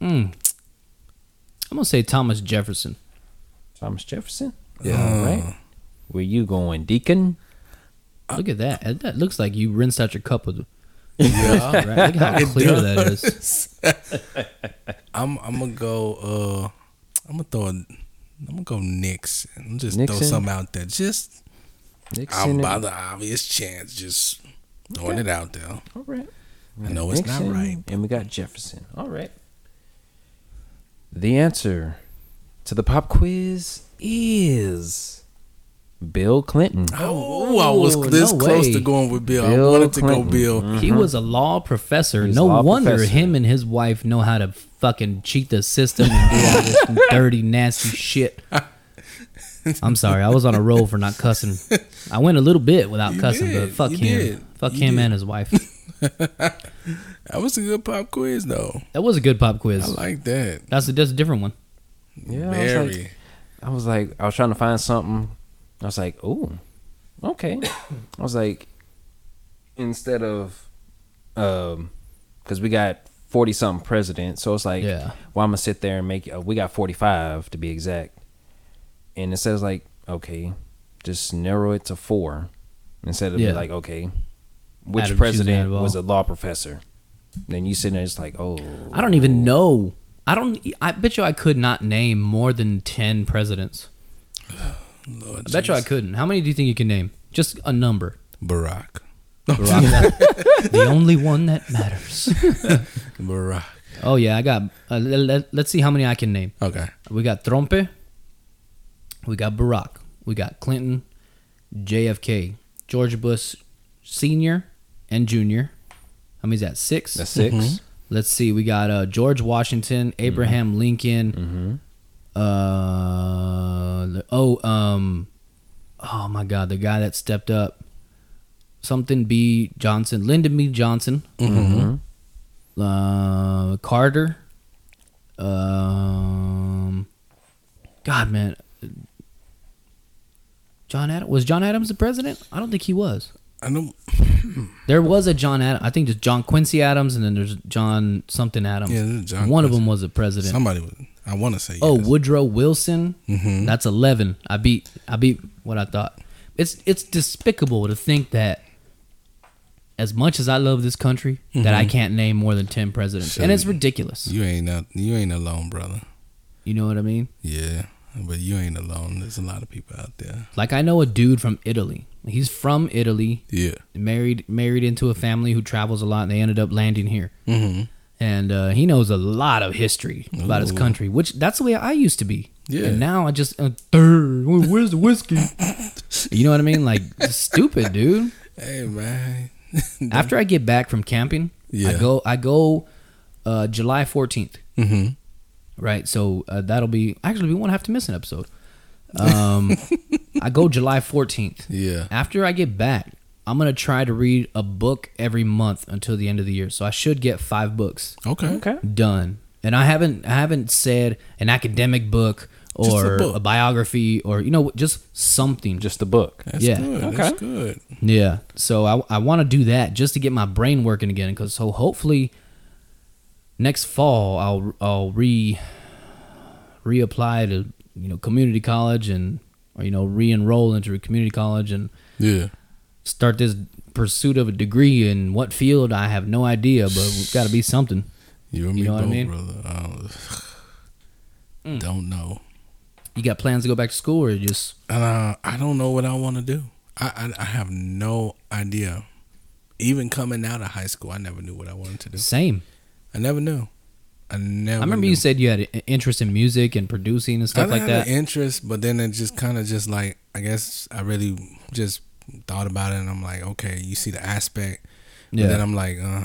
Mm. I'm gonna say Thomas Jefferson.
Thomas Jefferson?
Yeah.
All right. Were you going deacon?
Look at that. That- That looks like you rinsed out your cup with. Yeah. Look how clear that is.
I'm I'm gonna go uh I'm gonna throw a, I'm gonna go Nixon. I'm just throw
Nixon?
something out there. Just
Nixon.
out by the obvious chance. Just throwing it out there.
All right.
I know it's not
Nixon,
right.
And we got Jefferson. All right. The answer to the pop quiz is Bill Clinton.
Oh, I was
Oh,
this
no
close
way.
to going with Bill. I
Bill
wanted to
Clinton. Mm-hmm.
go Bill.
He was a law professor.
was
No
a law
wonder
professor.
him and his wife know how to fucking cheat the system and do all this dirty, nasty shit. I'm sorry, I was on a roll for not cussing. I went a little bit without
You
cussing, but
did,
fuck
you
him.
did,
Fuck
you
him
did.
and his wife.
That was a good pop quiz though.
That was a good pop
I
quiz.
like that.
That's a, that's a different one.
Yeah, I was like-
Very.
I was like, I was trying to find something. I was like, oh, okay. I was like, instead of, um, because we got forty something presidents, so it's like,
Yeah.
well, I'm gonna sit there and make. Uh, we got forty five to be exact, and it says like, okay, just narrow it to four instead of be
Yeah.
like, okay, which
Adam choosing out
president
of all.
was a law professor? Then you sitting there, it's like, oh,
I don't even know. I don't. I bet you I could not name more than ten presidents.
Lord
I bet you I
Jesus.
couldn't. How many do you think you can name? Just a number.
Barack.
the only one that matters.
Barack.
Oh yeah, I got. Uh, let, us see how many I can name.
Okay.
We got Trompe. We got Barack. We got Clinton, JFK, George Bush Senior and Junior. How many's that? Six.
that's 6
Let's see. We got uh, George Washington, Abraham Lincoln. Uh, the- oh, um, oh my God, the guy that stepped up, something B Johnson, Lyndon B Johnson, uh, Carter. Um, God, man, John Adams was John Adams the president? I don't think he was.
I know.
There was a John Adams. I think there's John Quincy Adams, and then there's John something Adams.
Yeah, there's John
One of
Quincy.
them was a president.
Somebody. Mm-hmm. Was, I want to say.
oh,
yes.
Woodrow Wilson. That's eleven. I beat. I beat what I thought. It's it's despicable to think that. As much as I love this country, that
Mm-hmm.
I can't name more than ten presidents, and it's ridiculous.
You ain't not, you ain't alone, brother.
You know what I mean?
Yeah, but you ain't alone. There's a lot of people out there.
Like I know a dude from Italy. He's from Italy.
Yeah.
married married into a family who travels a lot and they ended up landing here mm-hmm. and uh, he knows a lot of history about his country which that's the way i used to be
Yeah.
and now i just uh, "Durr, where- where's the whiskey you know what i mean like stupid dude
Hey man.
after i get back from camping i
Yeah.
go i go uh, july 14th
mm-hmm.
right so uh, that'll be actually we won't have to miss an episode um, i go july 14th
Yeah.
after I get back, I'm gonna try to read a book every month until the end of the year. So I should get five books
Okay.
Okay.
done. And I haven't I haven't said an academic book
Just a
or a,
book.
biography or you know just something.
Just the book.
That's
Yeah.
good.
Okay.
That's good.
Yeah. So I I want to do that just to get my brain working again because so hopefully next fall I'll I'll re reapply to you know community college and or you know re-enroll into a community college and
Yeah.
start this pursuit of a degree in what field I have no idea, but it's got to be something.
You and
You
me
know what I
both,
mean?
brother. I don't- Don't know.
You got plans to go back to school or just
And uh, I don't know what I want to do. I, I I have no idea. Even coming out of high school, I never knew what I wanted to do.
same?
I never knew. I never.
I remember
knew.
you said you had an interest in music and producing and stuff
I
like
had an
that.
interest, but then it just kind of just like I guess I really just thought about it, and I'm like, okay, you see the aspect, yeah.
Yeah.
but then I'm like, uh,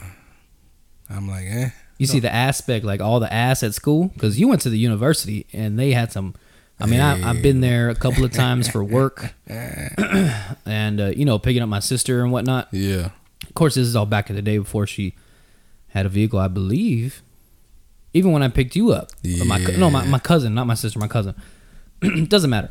I'm like, eh,
You see the aspect, like all the ass at school, because you went to the university and they had some. I mean, I, I've been there a couple of times for work, and uh, you know, picking up my sister and whatnot.
yeah,
Of course, this is all back in the day before she had a vehicle, I believe. Even when I picked you up, Or my cou- no, my, my cousin, not my sister, my cousin. Doesn't matter.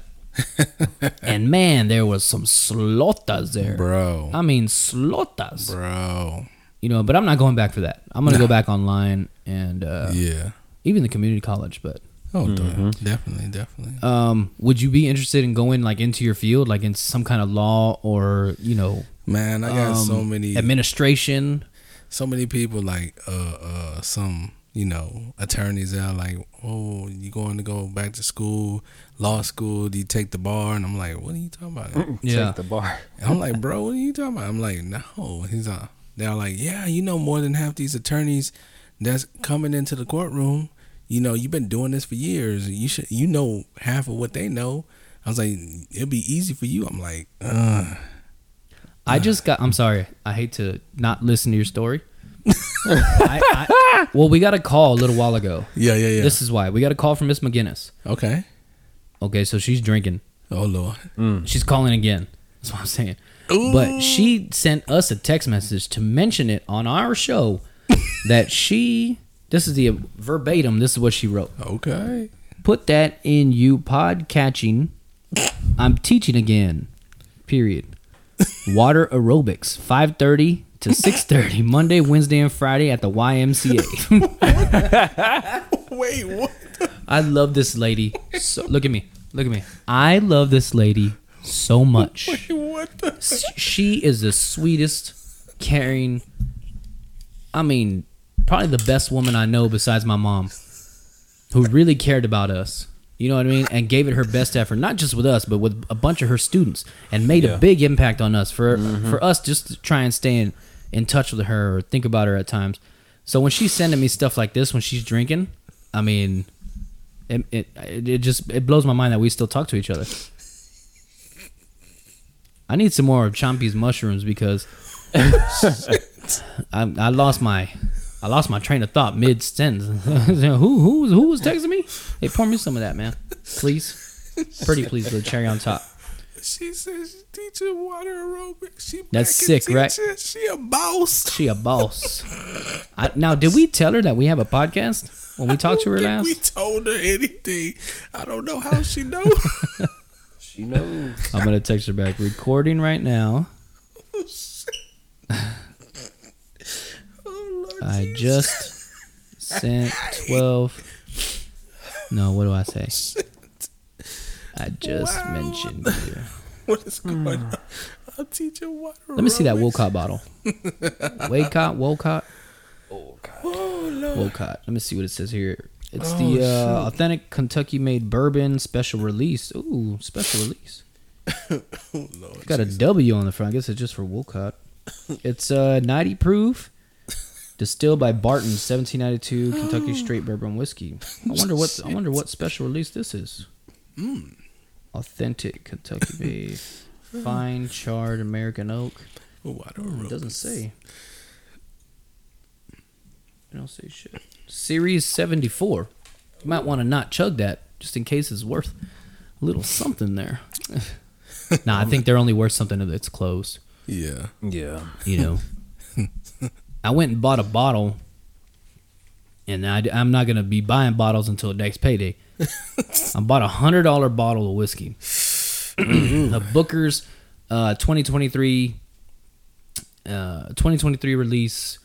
and man, there was some slotas there.
bro,
I mean, slotas.
bro,
You know, but I'm not going back for that. I'm gonna go back online and uh,
yeah,
even the community college. But
oh, duh.
Mm-hmm.
definitely, definitely.
um, would you be interested in going like into your field, like in some kind of law or you know,
Man, I got so
um,
many,
administration?
so many people like, uh, uh, some you know attorneys that are like, oh, you going to go back to school, law school? Do you take the bar? And I'm like, what are you talking about?
Yeah.
Check the bar.
And I'm like, bro, what are you talking about? I'm like, no. He's like, they're like, yeah, you know, more than half these attorneys that's coming into the courtroom, you know, you've been doing this for years. You should, you know, half of what they know. I was like, it'll be easy for you. I'm like, uh,
I just got. I'm sorry. I hate to not listen to your story. I, I, well, we got a call a little while ago.
yeah, yeah, yeah.
This is why we got a call from Miss McGinnis.
okay.
Okay, so she's drinking.
Oh Lord.
She's calling again. That's what I'm saying. But she sent us a text message to mention it on our show that she. This is the verbatim. This is what she wrote.
Okay.
Put that in you pod catching. I'm teaching again. Period. Water aerobics, 5:30 to 6:30 Monday, Wednesday, and Friday at the YMCA.
Wait, what?
I love this lady. So, look at me. Look at me. I love this lady so much.
What the?
S- She is the sweetest, caring. I mean, probably the best woman I know besides my mom, who really cared about us. You know what I mean? And gave it her best effort, not just with us, but with a bunch of her students, and made
Yeah.
a big impact on us for for us just to try and stay in, in touch with her or think about her at times. So when she's sending me stuff like this when she's drinking, I mean, it, it, it it just it blows my mind that we still talk to each other. I need some more of Chompy's mushrooms because I, I lost my I lost my train of thought mid sentence. who who was who was texting me? Hey, pour me some of that, man, please. Pretty please with a cherry on top.
She says she's teaching water aerobics. She
That's
back in
sick, right?
teaching. She a boss.
She a boss. I, now, did we tell her that we have a podcast when we talked to her
Think We
last?
told her anything. I don't know how she knows.
She knows.
I'm gonna text her back. Recording right now.
oh, Lord
I
Jesus.
just sent 12. No, what do I say? I just
Wow.
mentioned. you.
What is going on? I'm teaching water
Hmm. Let me see that
aerobics.
Wolcott bottle. Waycott, Wolcott,
Oh, Lord.
Wolcott. Let me see what it says here. It's
Oh,
the uh, authentic Kentucky made bourbon special release. Ooh, special release.
Oh, Lord.
Got a W on the front. I guess it's just for Wolcott. It's uh, 90 proof, distilled by Barton, 1792 Kentucky straight bourbon whiskey. I wonder what I wonder what special release this is.
Hmm.
Authentic Kentucky made, fine charred American oak.
Water
It
aerobics.
doesn't say. It don't say shit. Series 74. You might want to not chug that just in case it's worth a little something there. nah, I think they're only worth something if it's closed.
Yeah.
Yeah.
You know, I went and bought a bottle, and I, am not going to be buying bottles until next payday. I bought a $100 bottle of whiskey. a Booker's uh, 2023 uh, 2023 release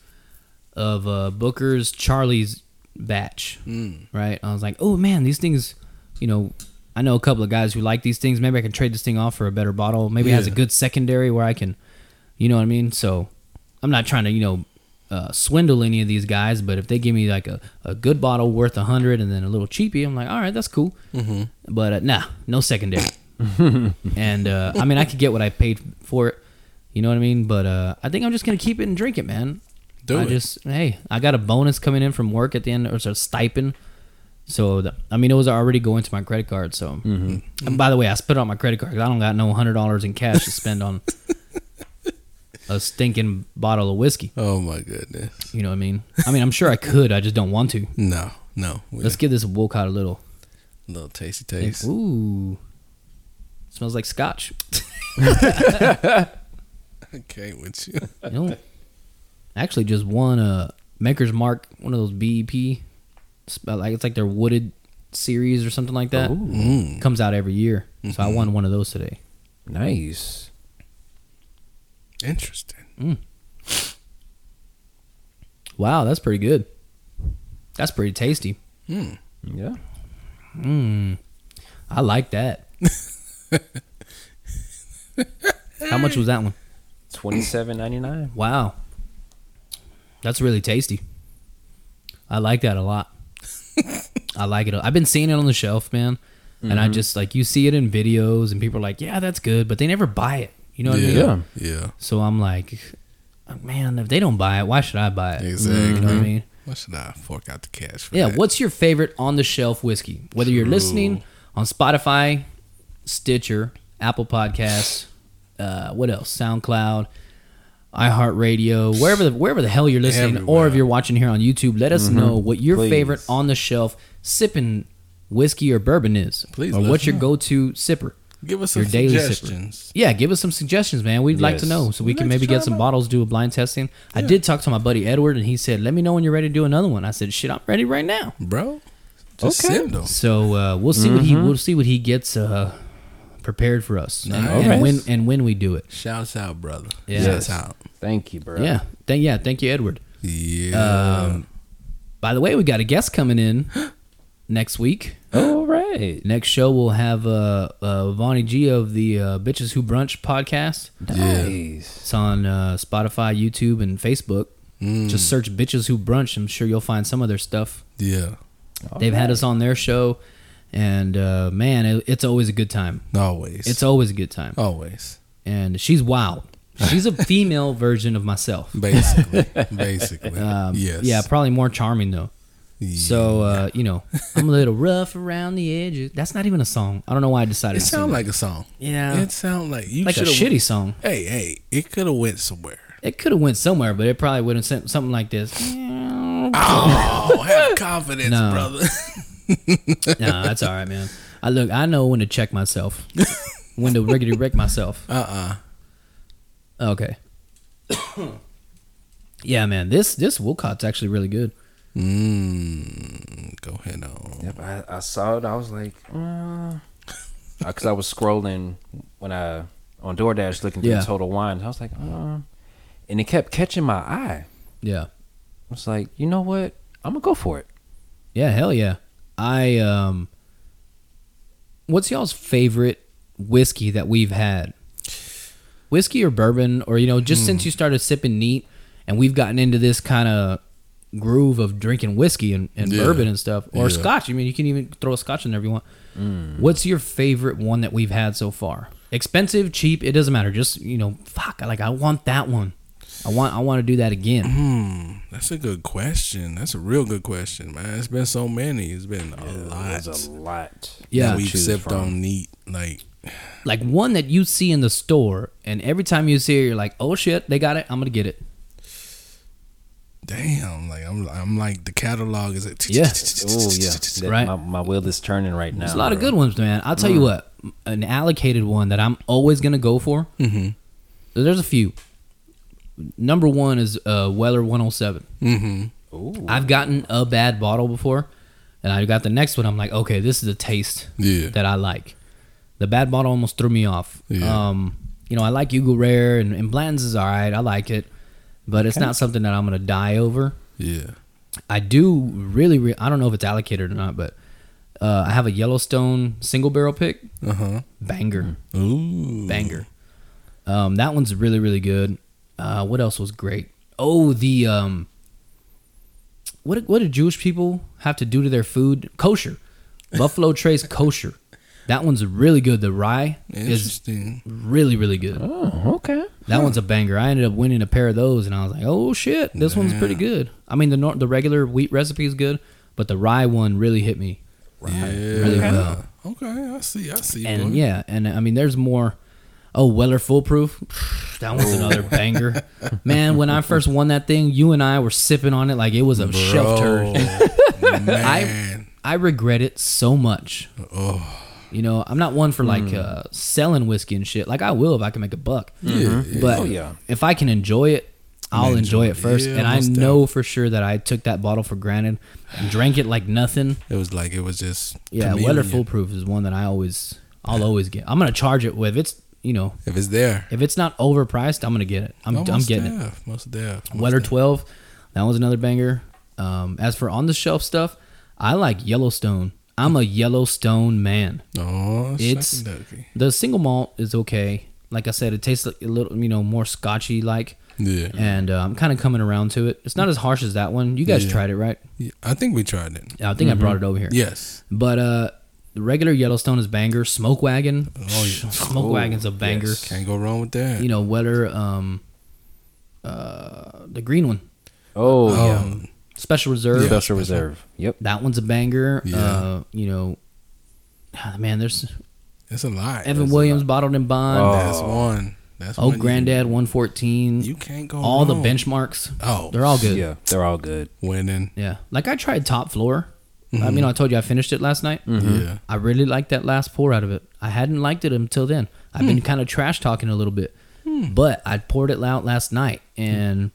of uh, Booker's Charlie's batch. Right? I was like, oh man, these things, you know, I know a couple of guys who like these things. Maybe I can trade this thing off for a better bottle. Maybe it has a
Yeah.
good secondary where I can, you know what I mean? So I'm not trying to, you know, uh, swindle any of these guys, but if they give me like a, a good bottle worth a hundred and then a little cheapy, I'm like, all right, that's cool. But uh, nah, no secondary and uh, I mean, I could get what I paid for it. You know what I mean? But uh, I think I'm just gonna keep it and drink it, man.
Do
I
it.
just hey, I got a bonus coming in from work at the end, or a stipend. So the, I mean, it was already going to my credit card. So,
Mm-hmm.
and by the way, I spent on my credit card 'cause I don't got no hundred dollars in cash to spend on a stinking bottle of whiskey.
Oh, my goodness.
You know what I mean? I mean, I'm sure I could. I just don't want to.
No, no. We
Let's give this Wolcott a little.
little tasty taste.
Ooh, smells like scotch.
Okay, with you.
You know, I actually just won a Maker's Mark, one of those BEP, sp- like it's like their wooded series or something like that.
Mm.
Comes out every year, so I won one of those today.
Nice.
Interesting.
Wow, that's pretty good. That's pretty tasty.
Yeah.
Mm. I like that. How much was that one?
Twenty seven ninety nine.
Wow, that's really tasty. I like that a lot. I like it. I've been seeing it on the shelf, man, and I just like you see it in videos, and people are like, "Yeah, that's good," but they never buy it. You know what I mean?
Yeah.
Yeah.
So I'm like, man, if they don't buy it, why should I buy it? You know what I
Exactly.
mean?
What should I fork out the cash for?
Yeah.
that?
What's your favorite on the shelf whiskey? Whether you're listening on Spotify, Stitcher, Apple Podcasts, uh, what else? SoundCloud, iHeartRadio, wherever the, wherever the hell you're listening, or if
Everywhere. Mm-hmm.
you're watching here on YouTube, let us know what your
Please.
favorite on the shelf sipping whiskey or bourbon is,
Please
or
let
what's
us
your
know.
go-to sipper.
Give us
your
some
daily sipper.
suggestions.
Yeah, give us some suggestions, man. We'd like to
Yes.
know so we
We'd
can
like to
maybe
try
get some
them out.
bottles, do a blind testing. I did talk to my buddy Edward, and he said, "Let me know when you're ready to do another one." I said, "Shit, I'm ready right now."
Bro, Just
Okay.
send them.
So uh, we'll see what he we'll see what he gets uh, prepared for us, and, and
Nice.
when and when we do it.
Shouts out, brother.
Yeah.
Shouts out.
Thank you, bro.
Yeah, thank yeah, thank you, Edward.
Yeah.
Um, By the way, we got a guest coming in next week.
All right.
Next show we'll have uh, uh, Vonnie G of the uh, Bitches Who Brunch podcast.
Nice.
It's on uh, Spotify, YouTube, and Facebook. Just search "Bitches Who Brunch." I'm sure you'll find some of their stuff.
yeah.
They've had us on their show, and uh, man, it, it's always a good time.
Always.
It's always a good time.
always.
and she's wild. She's a female version of myself.
Basically. basically. yes.
Um, Yeah, probably more charming though. So uh, you know, I'm a little rough around the edges. That's not even a song. I don't know why I decided.
It
to
sound
sing
like a song.
Yeah.
It sound like you
that. like a
should have
shitty song.
Hey, hey, it could have went somewhere.
It could have went somewhere, but it probably would have sent something like this.
Oh, have confidence,
No.
brother.
nah, that's all right, man. I look. I know when to check myself. when to riggedy wreck myself. Uh
Uh-uh.
uh Okay. yeah, man. This this Wilcott's actually really good.
Mm, go ahead on.
Yep, I, I saw it. I was like, because I was scrolling when I on DoorDash looking through
Yeah.
Total Wines. I was like, uh, and it kept catching my eye.
Yeah.
I was like, you know what? I'm gonna go for it.
Yeah, hell yeah. I um what's y'all's favorite whiskey that we've had? Whiskey or bourbon or you know,
Hmm.
just since you started sipping neat and we've gotten into this kind of groove of drinking whiskey and, and
Yeah.
bourbon and stuff or
Yeah. Hmm.
scotch. I mean, you can even throw a scotch in there if you want. What's your favorite one that we've had so far? Expensive, cheap, it doesn't matter. Just, you know, fuck, like I want that one. I want I want to do that again.
Hmm, That's a good question. That's a real good question, man. It's been so many. It's been a lot.
There's a lot.
Yeah.
that
to
we've
choose
sipped
from.
on neat. Like,
like one that you see in the store, and every time you see it, you're like, "Oh shit, they got it! I'm gonna get it."
damn. Like, I'm, I'm like the catalog is. Like,
Yeah.
Oh yeah, That-
Right.
My, my wheel is turning right now.
There's a lot of good ones, man. I'll tell you
Mm.
what, an allocated one that I'm always gonna go for. Mm-hmm. There's a few. Number one is uh, Weller 107.
mm-hmm.
Ooh.
I've gotten a bad bottle before, and I got the next one. I'm like, okay, this is a taste
Yeah.
that I like. The bad bottle almost threw me off.
Yeah.
Um, you know, I like Hugo Rare and, and Blanton's is all right. I like it, but it's not something that I'm gonna die over.
Yeah.
I do really, re- I don't know if it's allocated or not, but uh, I have a Yellowstone single barrel pick.
Uh huh.
Banger.
Mm-hmm. Ooh.
Banger. Um, that one's really, really good. Uh, what else was great? Oh, the. Um, what, what do Jewish people have to do to their food? Kosher. Buffalo Trace kosher. That one's really good. The rye is
Interesting.
really, really good.
Oh, okay.
That one's a banger. I ended up winning a pair of those, and I was like, "Oh shit, this one's pretty good." I mean, the nor- the regular wheat recipe is good, but the rye one really hit me really well.
Okay, I see. I see.
Oh. And
boy.
yeah, and I mean, there's more. Oh, Weller Foolproof. That one's another banger, man. When I first won that thing, you and I were sipping on it like it was a shelf turd.
Bro, man.
I regret it so much.
oh,
You know, I'm not one for like uh, selling whiskey and shit. Like I will if I can make a buck.
Hmm.
But
Oh, yeah.
if I can enjoy it, I'll enjoy,
enjoy
it
it.
first.
Yeah,
and I
most
know for sure that I took that bottle for granted and drank it like nothing.
it was like it was just
Yeah, Weller
chameleon.
Foolproof is one that I always, I'll always get. I'm gonna charge it with it's, you know,
If it's there,
if it's not overpriced, I'm gonna get it. I'm, I'm
Almost
getting it.
there, Most there. most
Weller
there.
12, that was another banger. Um, as for on the shelf stuff, I like Yellowstone. I'm a Yellowstone man.
Oh,
It's
it's
the single malt is okay. Like I said, it tastes like a little, you know, more scotchy like,
yeah.
and uh, I'm kind of coming around to it. It's not as harsh as that one. You guys
Yeah. Mm-hmm.
tried it, right?
yeah. I think we tried it.
Yeah, I think I brought it over here.
Yes.
But uh, the regular Yellowstone is banger. Smoke wagon,
Oh, yeah.
smoke wagon's a banger.
Can't go wrong with that.
You know, Weller, um, uh, the green one,
Oh, yeah.
um,
special reserve.
Special reserve. Yep.
That one's a banger.
Yeah.
Uh, you know, ah, man, there's
it's a lot.
Evan
That's-
Williams bottled in bond.
That's one. That's
Oh,
one you-
Granddad 114.
You can't go
all the
wrong.
benchmarks.
Oh,
They're all good. Yeah.
Yeah, they're all good.
winning.
Like I tried top floor. I mean, I told you I finished it last night.
Yeah.
I really liked that last pour out of it. I hadn't liked it until then. I've been kind of trash talking a little bit, but I poured it out last night and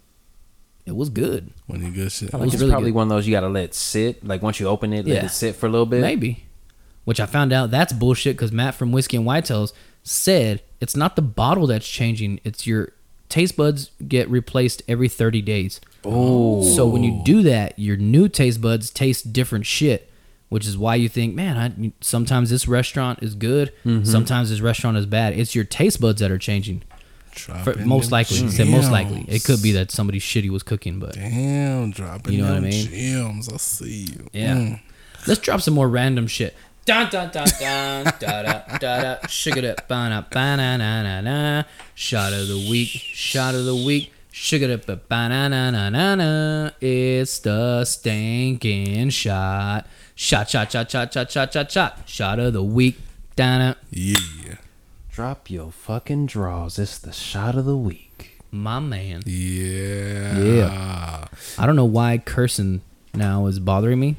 It was good.
When you good shit.
I
It
like
was
it's
really
probably
good.
one of those you gotta let sit. Like once you open it, let
Yeah.
it sit for a little bit.
Maybe. Which I found out that's bullshit because Matt from Whiskey and Whitetails said it's not the bottle that's changing, it's your taste buds get replaced every 30 days. Oh. So when you do that, your new taste buds taste different shit, which is why you think, man, I, sometimes this restaurant is good, sometimes this restaurant is bad. It's your taste buds that are changing. For,
Dropping
most
them
likely. he Said most likely. It
gems.
could be that somebody shitty was cooking, but
Damn, dropping
You know what I
them
mean?
gems. I see you.
Yeah.
Mm.
Let's drop some more random shit. Dun dun dun dun da da da da sugar da ba na ba na na na na shot of the week shot of the week sugar da ba ba na na na na na it's the stinking shot shot shot shot shot shot shot shot shot shot of the week da
Yeah.
Drop your fucking draws. It's the shot of the week.
my man
Yeah.
Yeah. I don't know why cursing now is bothering me.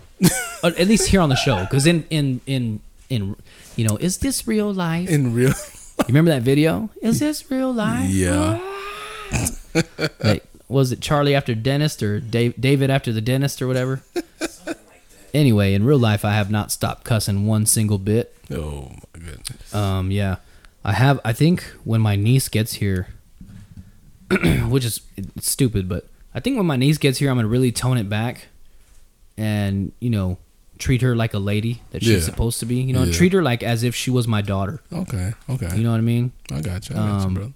Or at least here on the show, because in in in in you know, is this real life?
In real.
You remember that video? Is this real life?
yeah. Uh,
Like, was it Charlie after dentist or Dave, David after the dentist or whatever? Anyway, in real life, I have not stopped cussing one single bit.
Oh my goodness.
Um, yeah, I have. I think when my niece gets here, which is it's stupid, but I think when my niece gets here, I'm gonna really tone it back, and you know, treat her like a lady that she's
Yeah.
supposed to be. You know,
Yeah.
treat her like as if she was my daughter.
Okay. Okay.
You know what I mean?
I got you. I got
Um,
you, bro.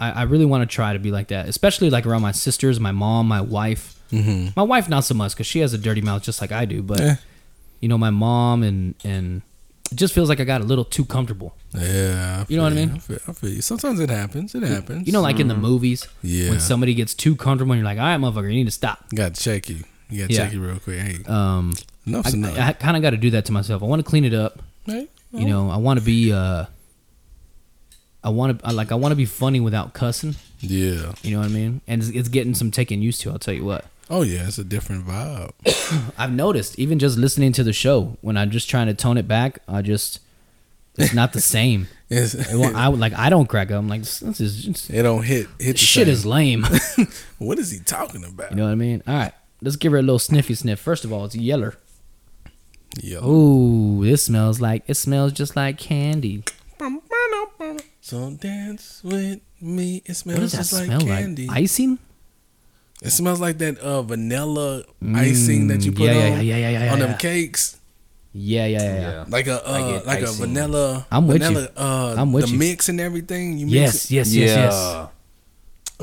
I, I really want to try to be like that, especially like around my sisters, my mom, my wife. Mm-hmm. My wife not so much because she has a dirty mouth just like I do, but
Eh.
you know, my mom and and it just feels like I got a little too comfortable.
Yeah. I
You know what I
feel
mean?
I feel, I feel you. Sometimes it happens. It happens.
You know, like in the movies,
Yeah.
when somebody gets too comfortable, and you're like, "All right, motherfucker, you need to stop."
got to Mm. check you. You got to
Yeah.
check you real quick. Hey,
Um,
enough's
I,
enough.
kind of got to do that to myself. I want to clean it up.
Right?
You know, I want to be, uh, I want to like, I want to be funny without cussing.
Yeah.
You know what I mean? And it's, it's getting some taking used to. I'll tell you what.
Oh yeah, it's a different vibe.
I've noticed even just listening to the show when I'm just trying to tone it back, I just it's not the same.
It's,
It won't- I would like I don't crack up. I'm like this, this is just,
it don't hit. Hit the
this shit
same.
is lame.
What is he talking about?
You know what I mean? All right, let's give her a little sniffy sniff. First of all, it's yeller.
yeah.
Ooh, this smells like it smells just like candy.
So dance with me.
What
It
does
smells
that
just like
smell
candy.
like? Icing?
it smells like that uh, vanilla icing that you
Mm,
put
yeah, yeah,
on,
yeah, yeah, yeah, yeah,
on them
yeah.
cakes.
Yeah, yeah, yeah. yeah.
Yeah.
Like a uh,
get
like
icing.
a vanilla.
I'm with you.
vanilla, Uh,
I'm with
the
you.
mix and everything. You mix
Yes,
it.
yes, yes, yes.
Oh,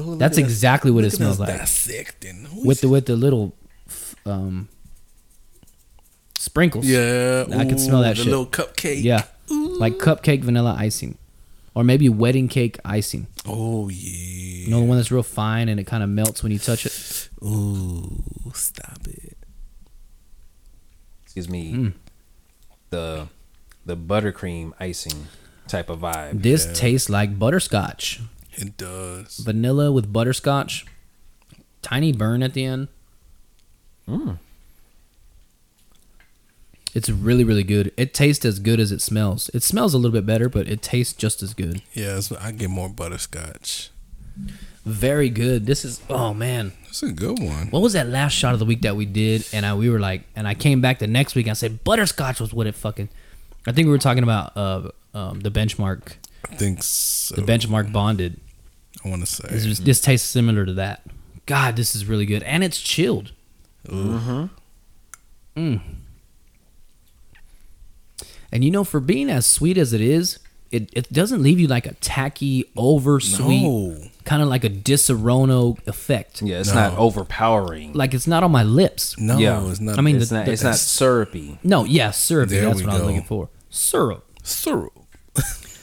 look
That's
at us-
exactly what it
look at
smells
us
like.
Dissecting. Who
With
is-
the with the little f- um sprinkles.
yeah,
I can smell
ooh,
that
the
shit.
little cupcake.
Yeah. Like cupcake vanilla icing. Or maybe wedding cake icing.
Oh yeah.
You know the one that's real fine and it kind of melts when you touch it.
Ooh, stop it.
Excuse me.
Mm.
The the buttercream icing type of vibe.
This tastes like butterscotch.
It does.
Vanilla with butterscotch. Tiny burn at the end. It's really really good. It tastes as good as it smells. It smells a little bit better, but it tastes just as good.
Yeah, it's, I get more butterscotch.
Very good. This is oh man.
That's a good one.
what was that last shot of the week that we did? And I we were like, and I came back the next week. And I said butterscotch was what it fucking. I think we were talking about uh um, the benchmark,
I think so.
the benchmark bonded.
I want to say.
This, was- this tastes similar to that. God, this is really good, and it's chilled. Mm. And you know, for being as sweet as it is, it, it doesn't leave you like a tacky, over sweet,
No.
kind of like a Disaronno effect.
Yeah, it's
No.
not overpowering.
Like it's not on my lips.
No,
yeah.
it's not.
I mean,
it's
the-
not
the-
it's not syrupy.
No, yeah, syrup.
There
That's
we
what I was
go.
looking for. Syrup.
syrup. this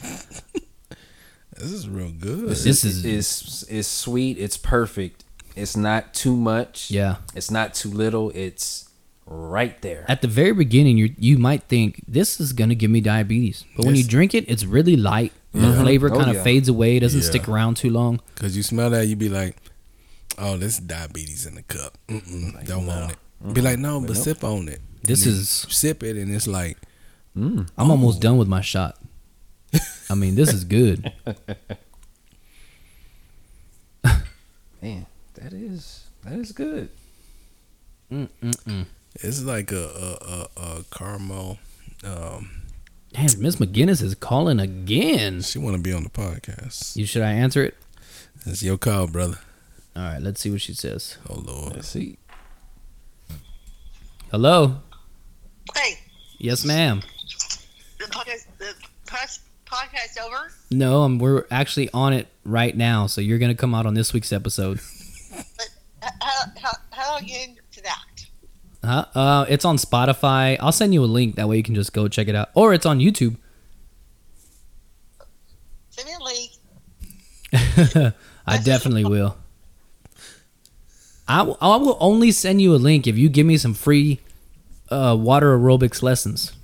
is real good.
This is
It's it's sweet, it's perfect. It's not too much.
Yeah.
It's not too little. It's right there.
at the very beginning. You you might think this is gonna give me diabetes, but when you
Yes.
drink it, it's really light. The flavor
Oh,
kind of
yeah.
fades away. It doesn't
Yeah.
stick around too long.
Cause you smell that, you be like, "Oh, this diabetes in the cup. Mm-mm, don't want it." Be like, "No, but sip on it."
This
And then
is-
you sip it, and it's like,
I'm almost done with my shot. I mean, this is good.
Man, that is that is good.
It's like a a a, a caramel. Um,
Damn, Miss McGinnis is calling again.
she want to be on the podcast.
You should I answer it?
It's your call, brother.
All right, let's see what she says.
Oh Lord,
Let's see.
Hello.
Hey,
Yes, ma'am.
the podcast, the press podcast over.
No, um, we're actually on it right now, so you're gonna come out on this week's episode.
But h- how how how do I get into that?
Huh? Uh, it's on Spotify. I'll send you a link. That way you can just go check it out. Or it's on YouTube.
Send me a link.
I definitely will. I, w- I will only send you a link if you give me some free uh, water aerobics lessons.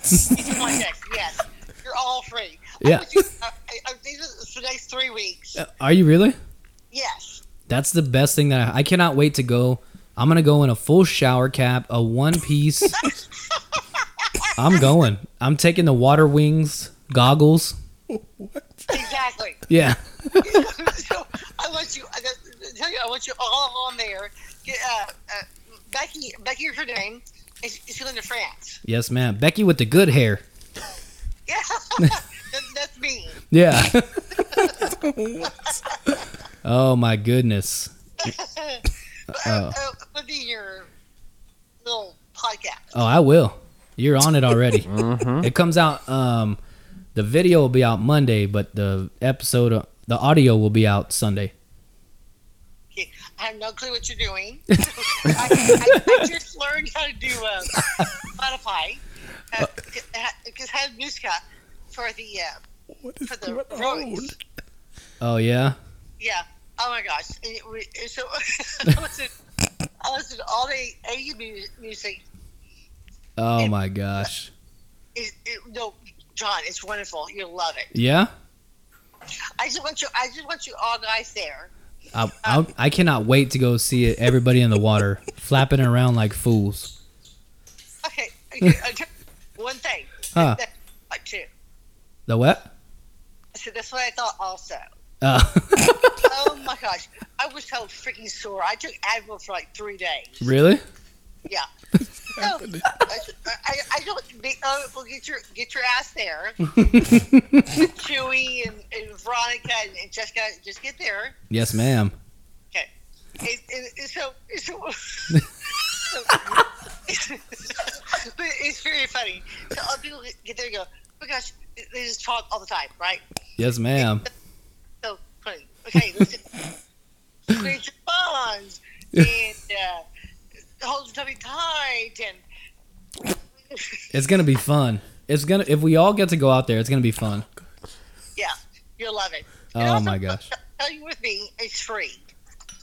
It's my next. Yes, you're all free.
Yeah. Uh,
I, I, I, these are the next three weeks.
Are you really?
Yes.
That's the best thing that I, I cannot wait to go. I'm gonna go in a full shower cap, a one piece. I'm going. I'm taking the water wings goggles.
Exactly.
Yeah.
so I want you. I got- tell you, I want you all on there. Get, uh, uh, Becky, Becky is her name. and she- She's going to France.
Yes, ma'am. Becky with the good hair.
Yeah, that, that's me.
Yeah. oh my goodness.
But, uh, uh, it would be your little podcast.
Oh, I will. You're on it already. It comes out. Um, the video will be out Monday, but the episode, uh, the audio will be out Sunday.
Okay, I have no clue what you're doing. I, I, I just learned how to do uh, Spotify Uh, because I had Muska for the uh,
what is
for the roads.
Oh yeah.
Yeah. Oh my gosh. And it, we- and so I listened, I listened to all the AU mu- music.
Oh my gosh.
It, it, no, John, it's wonderful. You'll love it.
Yeah.
I just want you. I just want you all guys there.
I, I I cannot wait to go see it. Everybody in the water flapping around like fools.
Okay. okay, okay. One thing.
Huh.
Uh, Two.
The what?
So that's what I thought. Also.
Uh,
Oh my gosh. I was so freaking sore. I took Advil for like three days.
really?
Yeah. No, I, I, I don't. Be, oh, well, get your get your ass there. Chewy and, and Veronica and, and Jessica, just get there.
Yes, ma'am.
Okay. And, and, and so, so, so but it's very funny. So other people get there and go, oh my gosh, they just talk all the time, right?
Yes, ma'am.
So funny. Oh, Okay, listen. Creature bonds and uh, hold the tummy tight and.
It's gonna be fun. It's gonna if we all get to go out there, it's gonna be fun.
Yeah, you'll love it.
Oh,
also,
my gosh.
Tell you with me, it's free.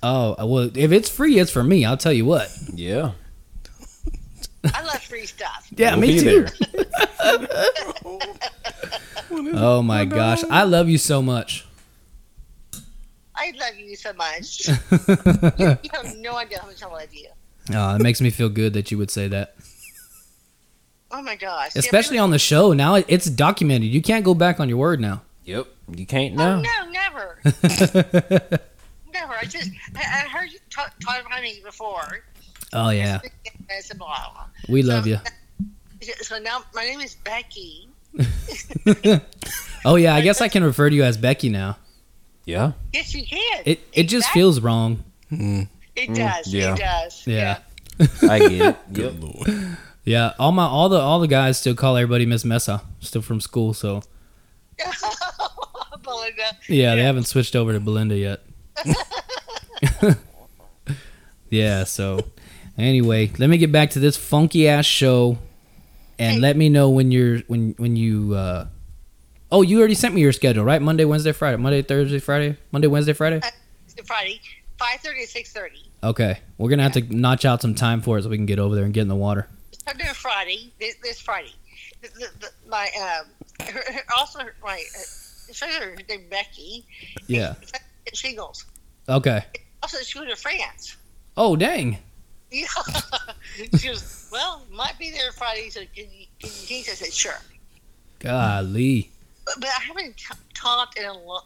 Oh well, if it's free, it's for me. I'll tell you what.
Yeah.
I love free stuff.
Yeah,
We'll
me
be
too.
there.
Oh my gosh, I love you so much.
I love you so much.
oh,
You have no idea how much I love you.
Uh, it makes me feel good that you would say that,
Oh my gosh.
especially on the show. Now it- it's documented. You can't go back on your word now.
Yep. You can't
Yeah,
now.
really- Oh, no, never. never. I just, I, I heard you talk, talk about me before.
Oh yeah,
It's a blah,
we love you.
blah. So now my name is Becky.
Oh yeah, I guess I can refer to you as Becky now.
Yeah.
Yes, you can.
It it just feels wrong.
Hmm.
It does.
yeah.
It does.
Mm, Yeah.
I get it. Yep.
Good Lord.
Yeah, all my all the all the guys still call everybody Miss Mesa, still from school. So
yeah. Belinda.
yeah, they haven't switched over to Belinda yet. yeah. So anyway, let me get back to this funky ass show, and let me know when you're when when you. uh Oh, you already sent me your schedule, right? Monday, Wednesday, Friday. Monday, Thursday, Friday. Monday, Wednesday, Friday.
Friday, 5.30 to 6.30.
Okay, we're gonna have to notch out some time for it so we can get over there and get in the water.
I'm doing Friday. This, this Friday. The, the, the, my um, her, her, also her, my uh, her name Becky.
Yeah.
It's shingles.
Okay.
Also, she went to France.
Oh dang.
Yeah. she goes, well, might be there Friday. So can you, can you teach? I said sure.
Golly.
But, but I haven't t- taught in a long.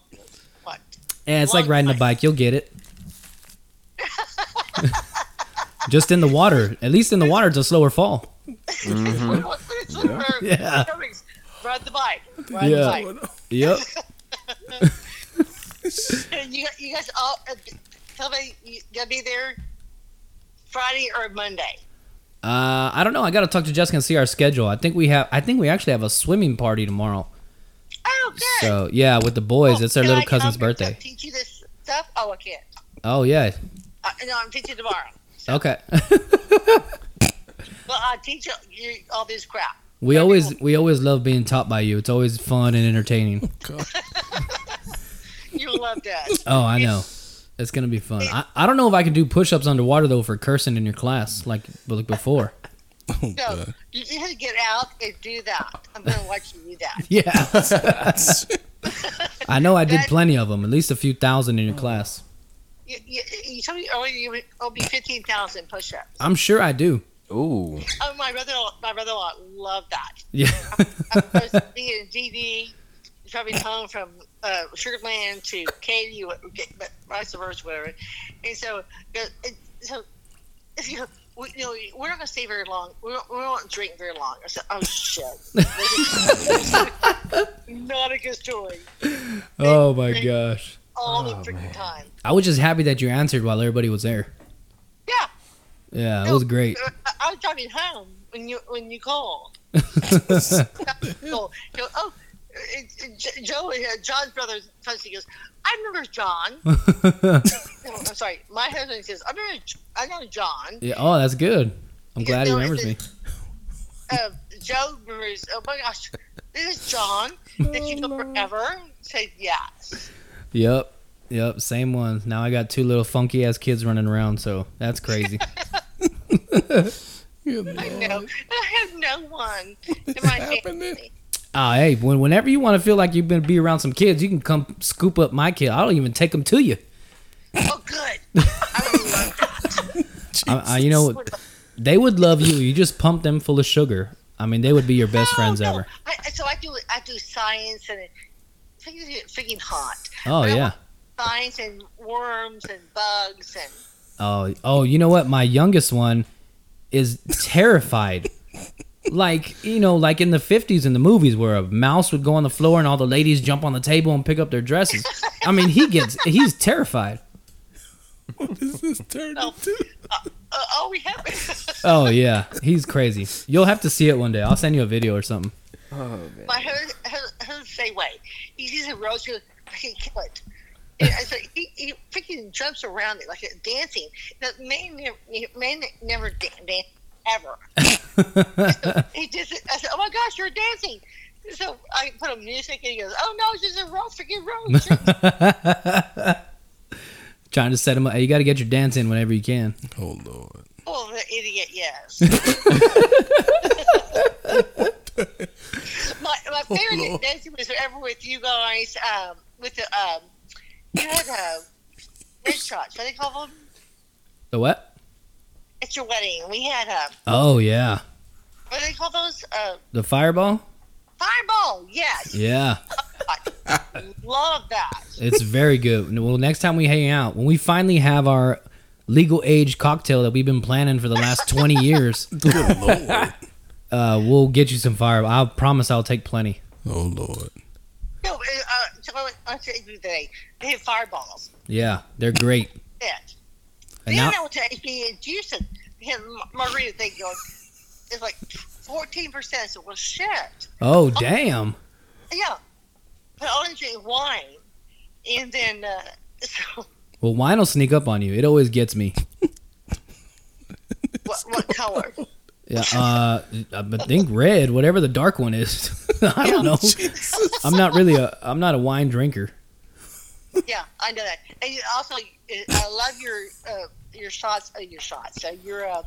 What?
Yeah, it's like riding a bike. You'll get it. Just in the water. At least in the water, it's a slower fall.
What- what is the verb?
Yeah.
Coming. Ride the bike. Ride
Yeah.
the bike.
Yep.
And you, you guys all uh, tell me you gotta be there Friday or Monday.
Uh, I don't know. I got to talk to Jessica and see our schedule. I think we have. I think we actually have a swimming party tomorrow.
Oh, good.
So yeah, with the boys,
Oh,
it's their
can
little
I
cousin's
come and
birthday.
Teach you this stuff? Oh, I can't.
Oh yeah.
Uh, no, I'm teaching tomorrow.
Okay.
Well, I teach you, you all this crap.
we always we always love being taught by you. It's always fun and entertaining.
You'll love that.
Oh, I know. It's gonna be fun. I, I don't know if I can do push-ups underwater though for cursing in your class like like before.
So you just have to get out and do that. I'm gonna watch you do that.
Yeah. I know. I did
That- Oh.
plenty of them. At least a few thousand in your class.
You, you, you told me earlier you would it'll be fifteen thousand push-ups.
I'm sure I do.
Ooh.
Oh, my brother, my brother-in-law loved that.
Yeah.
Of course, being a DD, you probably home from uh, Sugar Land to Katy, or- but vice versa, whatever. And so, uh, and so you know, we, you know, we're not going to stay very long. We won't, we won't drink very long. I said, oh, shit. not a good story.
Oh my gosh.
All the freaking time.
I was just happy that you answered while everybody was there.
Yeah.
Yeah, it
Oh.
was great.
I, I was driving home when you when you called. so, you know, oh, it, it, Jo- Joe, uh, John's brother, he goes, I remember John. No, I'm sorry, my husband says, I remember, J- I know John.
Yeah. Oh, that's good. I'm
Yeah,
glad he
no,
remembers me.
it's- Uh, Joe remembers, oh my gosh, this is John that you know forever. Say yes.
Yep. Yep. Same one. Now I got two little funky ass kids running around, so that's crazy.
I know. And I have no one in my family.
Ah, hey, when, whenever you want to feel like you've been be around some kids, you can come scoop up my kid. I don't even take them to you.
Oh, good. I would love that.
I, I, you know, they would love you. You just pump them full of sugar. I mean, they would be your best
Oh,
friends
no.
ever.
I, so I do I do science and things get freaking hot.
Oh
I
yeah.
want Science and worms and bugs and
Oh, oh, you know what? My youngest one is terrified. like you know, like in the fifties in the movies where a mouse would go on the floor and all the ladies jump on the table and pick up their dresses. I mean, he gets he's terrified.
What is this turned into?
uh, oh we have
Oh yeah, he's crazy. You'll have to see it one day. I'll send you a video or something.
my husband husband say way he sees a rose he goes I can kill it. And I said, he, he freaking jumps around it like it's dancing. That man never, man never dan- dance ever. so he just I said, oh my gosh, you're dancing. So I put on music and he goes, oh no, it's just a rose, freaking rose.
Trying to set him up. Hey, you got to get your dance in whenever you can.
Oh lord.
Oh, the idiot, yes. my my
Oh,
favorite
Lord.
dancing was ever with you guys. Um, with the um, you had uh, red shots. What do they call them
The what?
at your wedding? We had uh,
Oh yeah,
what do they call those? Uh,
the fireball.
fireball. Yes,
Yeah,
love that.
it's very good. Well, next time we hang out, when we finally have our legal age cocktail that we've been planning for the last twenty years.
Good lord.
Uh, we'll get you some fire. I promise I'll take plenty.
Oh lord.
No, uh, so I went on to you today. They had fireballs.
Yeah, they're great.
It.
And now,
then I went to HB in Houston. They had a margarita thing going. It's like fourteen percent. So well, shit.
oh damn,
Yeah, but I only drink wine, and then uh, so
well wine will sneak up on you. It always gets me.
what, what color?
Yeah, uh, I but think red, whatever the dark one is. I don't know. I'm not really a. I'm not a wine drinker.
Yeah, I know that. And you also, uh, I love your uh, your shots. Uh, your shots. So your uh,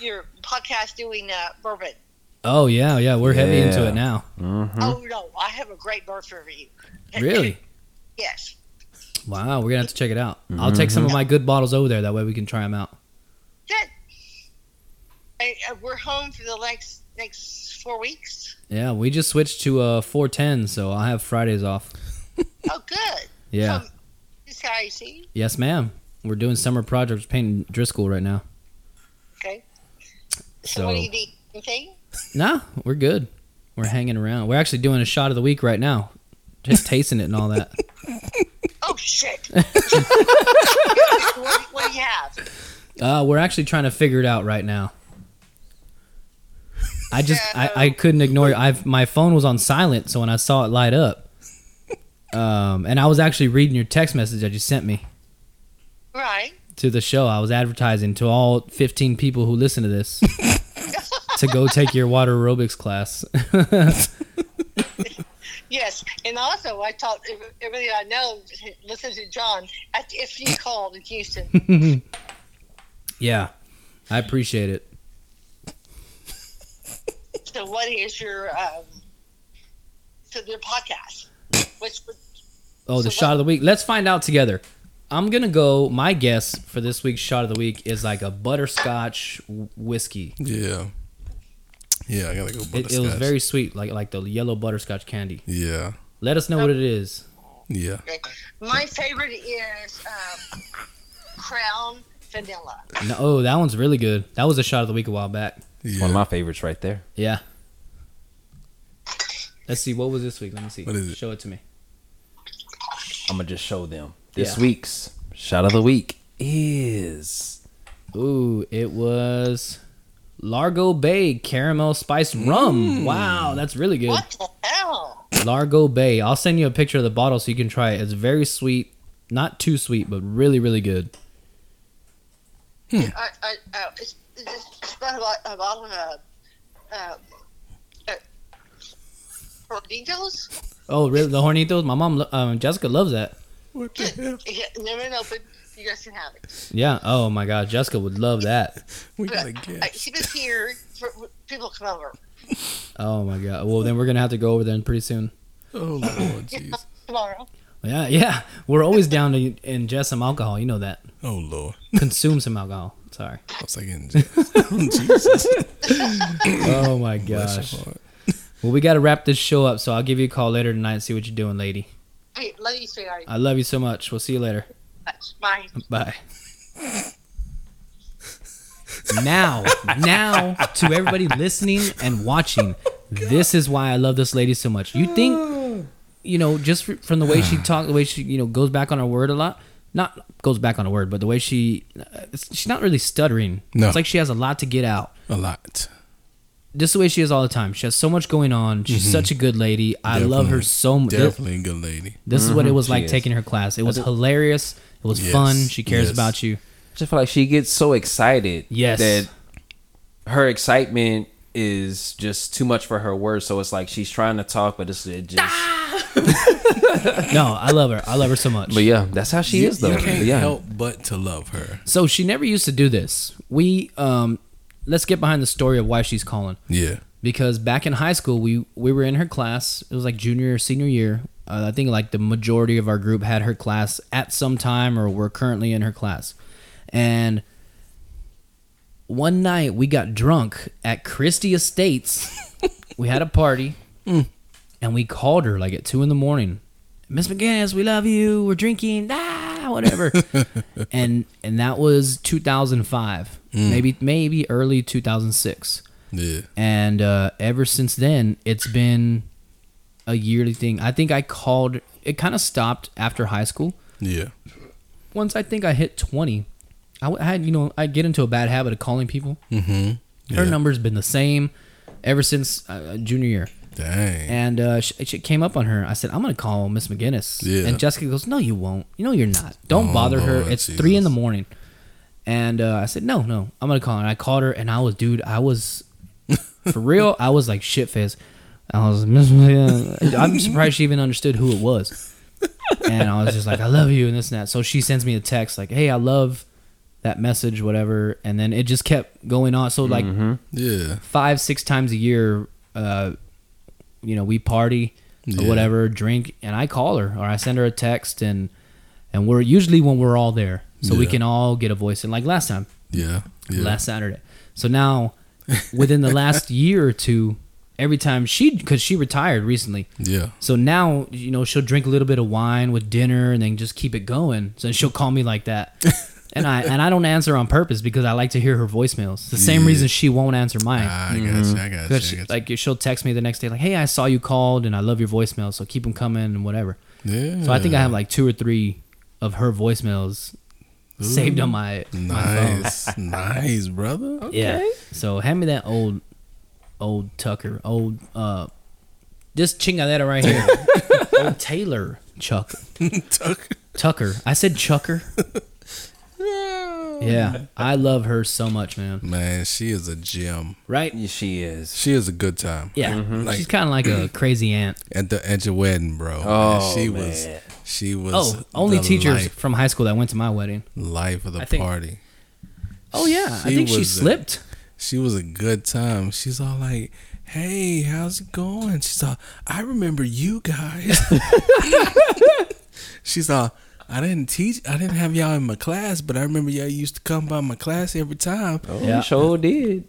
your podcast doing uh, bourbon.
Oh yeah, yeah, we're heavy into
Yeah.
it now.
Oh no, I have a great bourbon review.
Mm-hmm. Really?
yes.
Wow, we're gonna have to check it out. I'll take some of my good bottles over there. That way we can try them out.
Good. I, uh, we're home for the next next four weeks.
Yeah, we just switched to uh 410, so I'll have Fridays off.
Oh, good.
Yeah,
From Skyzy.
Yes, ma'am. We're doing summer projects painting Driscoll right now.
Okay. So, what do
So
you need? Anything?
nah, we're good. We're hanging around. We're actually doing a shot of the week right now. Just tasting it and all that.
Oh shit! what, what do you have?
Uh, we're actually trying to figure it out right now. I just I, I couldn't ignore you. I've my phone was on silent, so when I saw it light up, um, and I was actually reading your text message that you sent me
Right.
to the show. I was advertising to all 15 people who listen to this to go take your water aerobics class.
Yes, and also I taught ev- everybody I know listen to John at the FU call in Houston.
yeah, I appreciate it.
so, what is your um, so their podcast? Which would
Oh, the
So
shot
what-
of the week. Let's find out together. I'm gonna go. My guess for this week's shot of the week is like a butterscotch w- whiskey.
Yeah. Yeah, I gotta go.
It, it was
butterscotch.
very sweet, like like the yellow butterscotch candy.
Yeah.
Let us know what it is.
Yeah.
my favorite is um, Crown Vanilla.
No, oh, that one's really good. That was a shot of the week a while back.
It's
Yeah.
One of my favorites right there.
Yeah. Let's see. What was this week? Let me see.
What is it?
Show it to me.
I'm gonna just show them this
Yeah.
week's shot of the week is
Ooh, it was Largo Bay caramel spiced
Mm.
rum. Wow, that's really good.
What the hell?
Largo Bay. I'll send you a picture of the bottle so you can try it. It's very sweet, not too sweet, but really, really good.
I, I, I, Uh, it's, it's it's not a lot, a lot of uh, uh, uh, Tornillos?
Oh, really? The Hornitos. My mom, lo- um, Jessica loves that.
What the hell?
Yeah, never know, but you guys can have it.
Yeah. Oh my God, Jessica would love that.
We
But
gotta
I,
get.
she was here for people come over.
Oh my God. Well, then we're gonna have to go over there pretty soon.
Oh Lord, jeez.
tomorrow.
Yeah, yeah. We're always down to ingest some alcohol. You know that.
Oh Lord.
Consume some alcohol. Sorry.
I was like, in jail. Jesus.
Oh my
Bless
gosh.
your heart.
Well, we got to wrap this show up, so I'll give you a call later tonight and see what you're doing, lady.
Hey, love you, sweetheart.
I love you so much. We'll see you later.
Bye.
Bye. now, now to everybody listening and watching, this is why I love this lady so much. You think, you know, just fr- from the way she talks, the way she, you know, goes back on her word a lot. Not goes back on her word, but the way she, uh, it's- she's not really stuttering.
No.
It's like she has a lot to get out.
A lot.
Just the way she is all the time. She has so much going on. She's such a good lady. I love her
Mm-hmm. Definitely.
so much.
Definitely a good lady.
This is what it was like
is.
taking her class. It was hilarious. It was fun.
Yes,
She cares
yes.
about you.
I just feel like she gets so excited
Yes.
that her excitement is just too much for her words. So it's like she's trying to talk, but it's it just.
No, I love her. I love her so much.
But yeah, that's how she is though.
You can't
yeah.
help but to love her.
So she never used to do this. We um let's get behind the story of why she's calling
Yeah.
because back in high school we we were in her class. It was like junior or senior year. Uh, I think like the majority of our group had her class at some time or were currently in her class. And one night we got drunk at Christie Estates. we had a party, and we called her like at two in the morning. Miss McGinnis, we love you. We're drinking, ah, whatever. and and that was 2005, maybe maybe early 2006.
Yeah.
And uh, ever since then, it's been a yearly thing. I think I called. It kind of stopped after high school
Yeah.
once I think I hit 20, I, w- I had, you know, I get into a bad habit of calling people. Mm-hmm. Her
Hmm. Yeah.
number's been the same ever since uh, junior year.
Dang.
And uh, sh it came up on her. I said, I'm going to call Miss McGinnis.
Yeah.
And Jessica goes, No, you won't. You know, you're not. Don't
Oh,
bother her.
Lord
It's three in
Jesus.
the morning. And uh, I said, No, no, I'm going to call her. And I called her, and I was, dude, I was, for real, I was like shit faced. I was, Miss McGinnis. I'm surprised she even understood who it was. And I was just like, I love you, and this and that. So she sends me a text, like, Hey, I love that message, whatever. And then it just kept going on. So, like,
Yeah.
five six times a year uh you know we party or
Yeah.
whatever drink and i call her or i send her a text and and we're usually when we're all there so we
Yeah.
can all get a voice in like last time
Yeah. Yeah.
last saturday so now within the last year or two every time she because she retired recently.
Yeah.
So now, you know, she'll drink a little bit of wine with dinner and then just keep it going. So she'll call me like that. and I and I don't answer on purpose because I like to hear her voicemails. The same
Yeah. Ah,
reason she won't answer mine.
I got you. I got you.
'Cause she-
I got you.
Mm-hmm. like she'll text me the next day like, "Hey, I saw you called and I love your voicemail, so keep them coming and whatever."
yeah.
So I think I have like two or three of her voicemails saved on my my phone.
nice, nice, brother.
Yeah. So hand me that old old Tucker, old uh this chingadera right here. old Taylor Chuck
Tuck.
Tucker. I said Chucker. Yeah. I love her so much, man.
Man, she is a gem.
Right?
Yeah, she is.
She is a good time.
Yeah.
Mm-hmm. Like-
She's kind of like a crazy aunt.
At the at your wedding, bro.
Oh,
she
man.
was. She was.
Oh, only
the
teachers
Life,
from high school that went to my wedding.
life of the
I think-
party.
Oh yeah, I
She
think she
was a-
slipped.
She was a good time. She's all like, "Hey, how's it going?" She's all, "I remember you guys." She's all, "I didn't teach. I didn't have y'all in my class, but I remember y'all used to come by my class every time."
Oh,
Yeah.
sure did.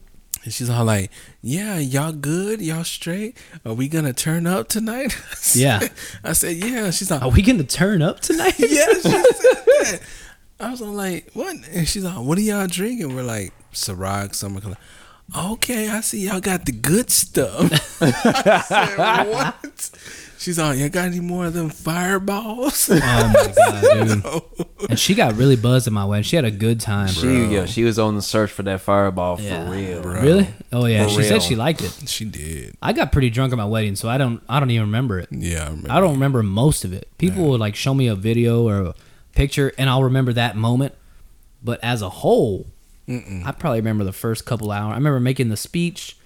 And she's all like, "Yeah, y'all good? Y'all straight? Are we gonna turn up tonight?"
Yeah.
I said, "Yeah." She's
Are
like,
we gonna turn up tonight?
"Yeah." She said that. I was all like, "What?" And she's like, "What are y'all drinking?" We're like, "Ciroc, summer color." Okay, I see y'all got the good stuff. I said, "What?" She's all, "Y'all got any more of them fireballs?"
Oh my god, dude! And she got really buzzed at my wedding. She had a good time.
She, yeah, she was on the search for that fireball
Yeah.
for real.
Really? Oh yeah.
For
she said
real.
she liked it.
She did.
I got pretty drunk at my wedding, so I don't. I don't even remember it.
Yeah, I remember.
I don't remember most of it. People would like show me a video or a picture, and I'll remember that moment. But as a whole, I probably remember the first couple hours. I remember making the speech,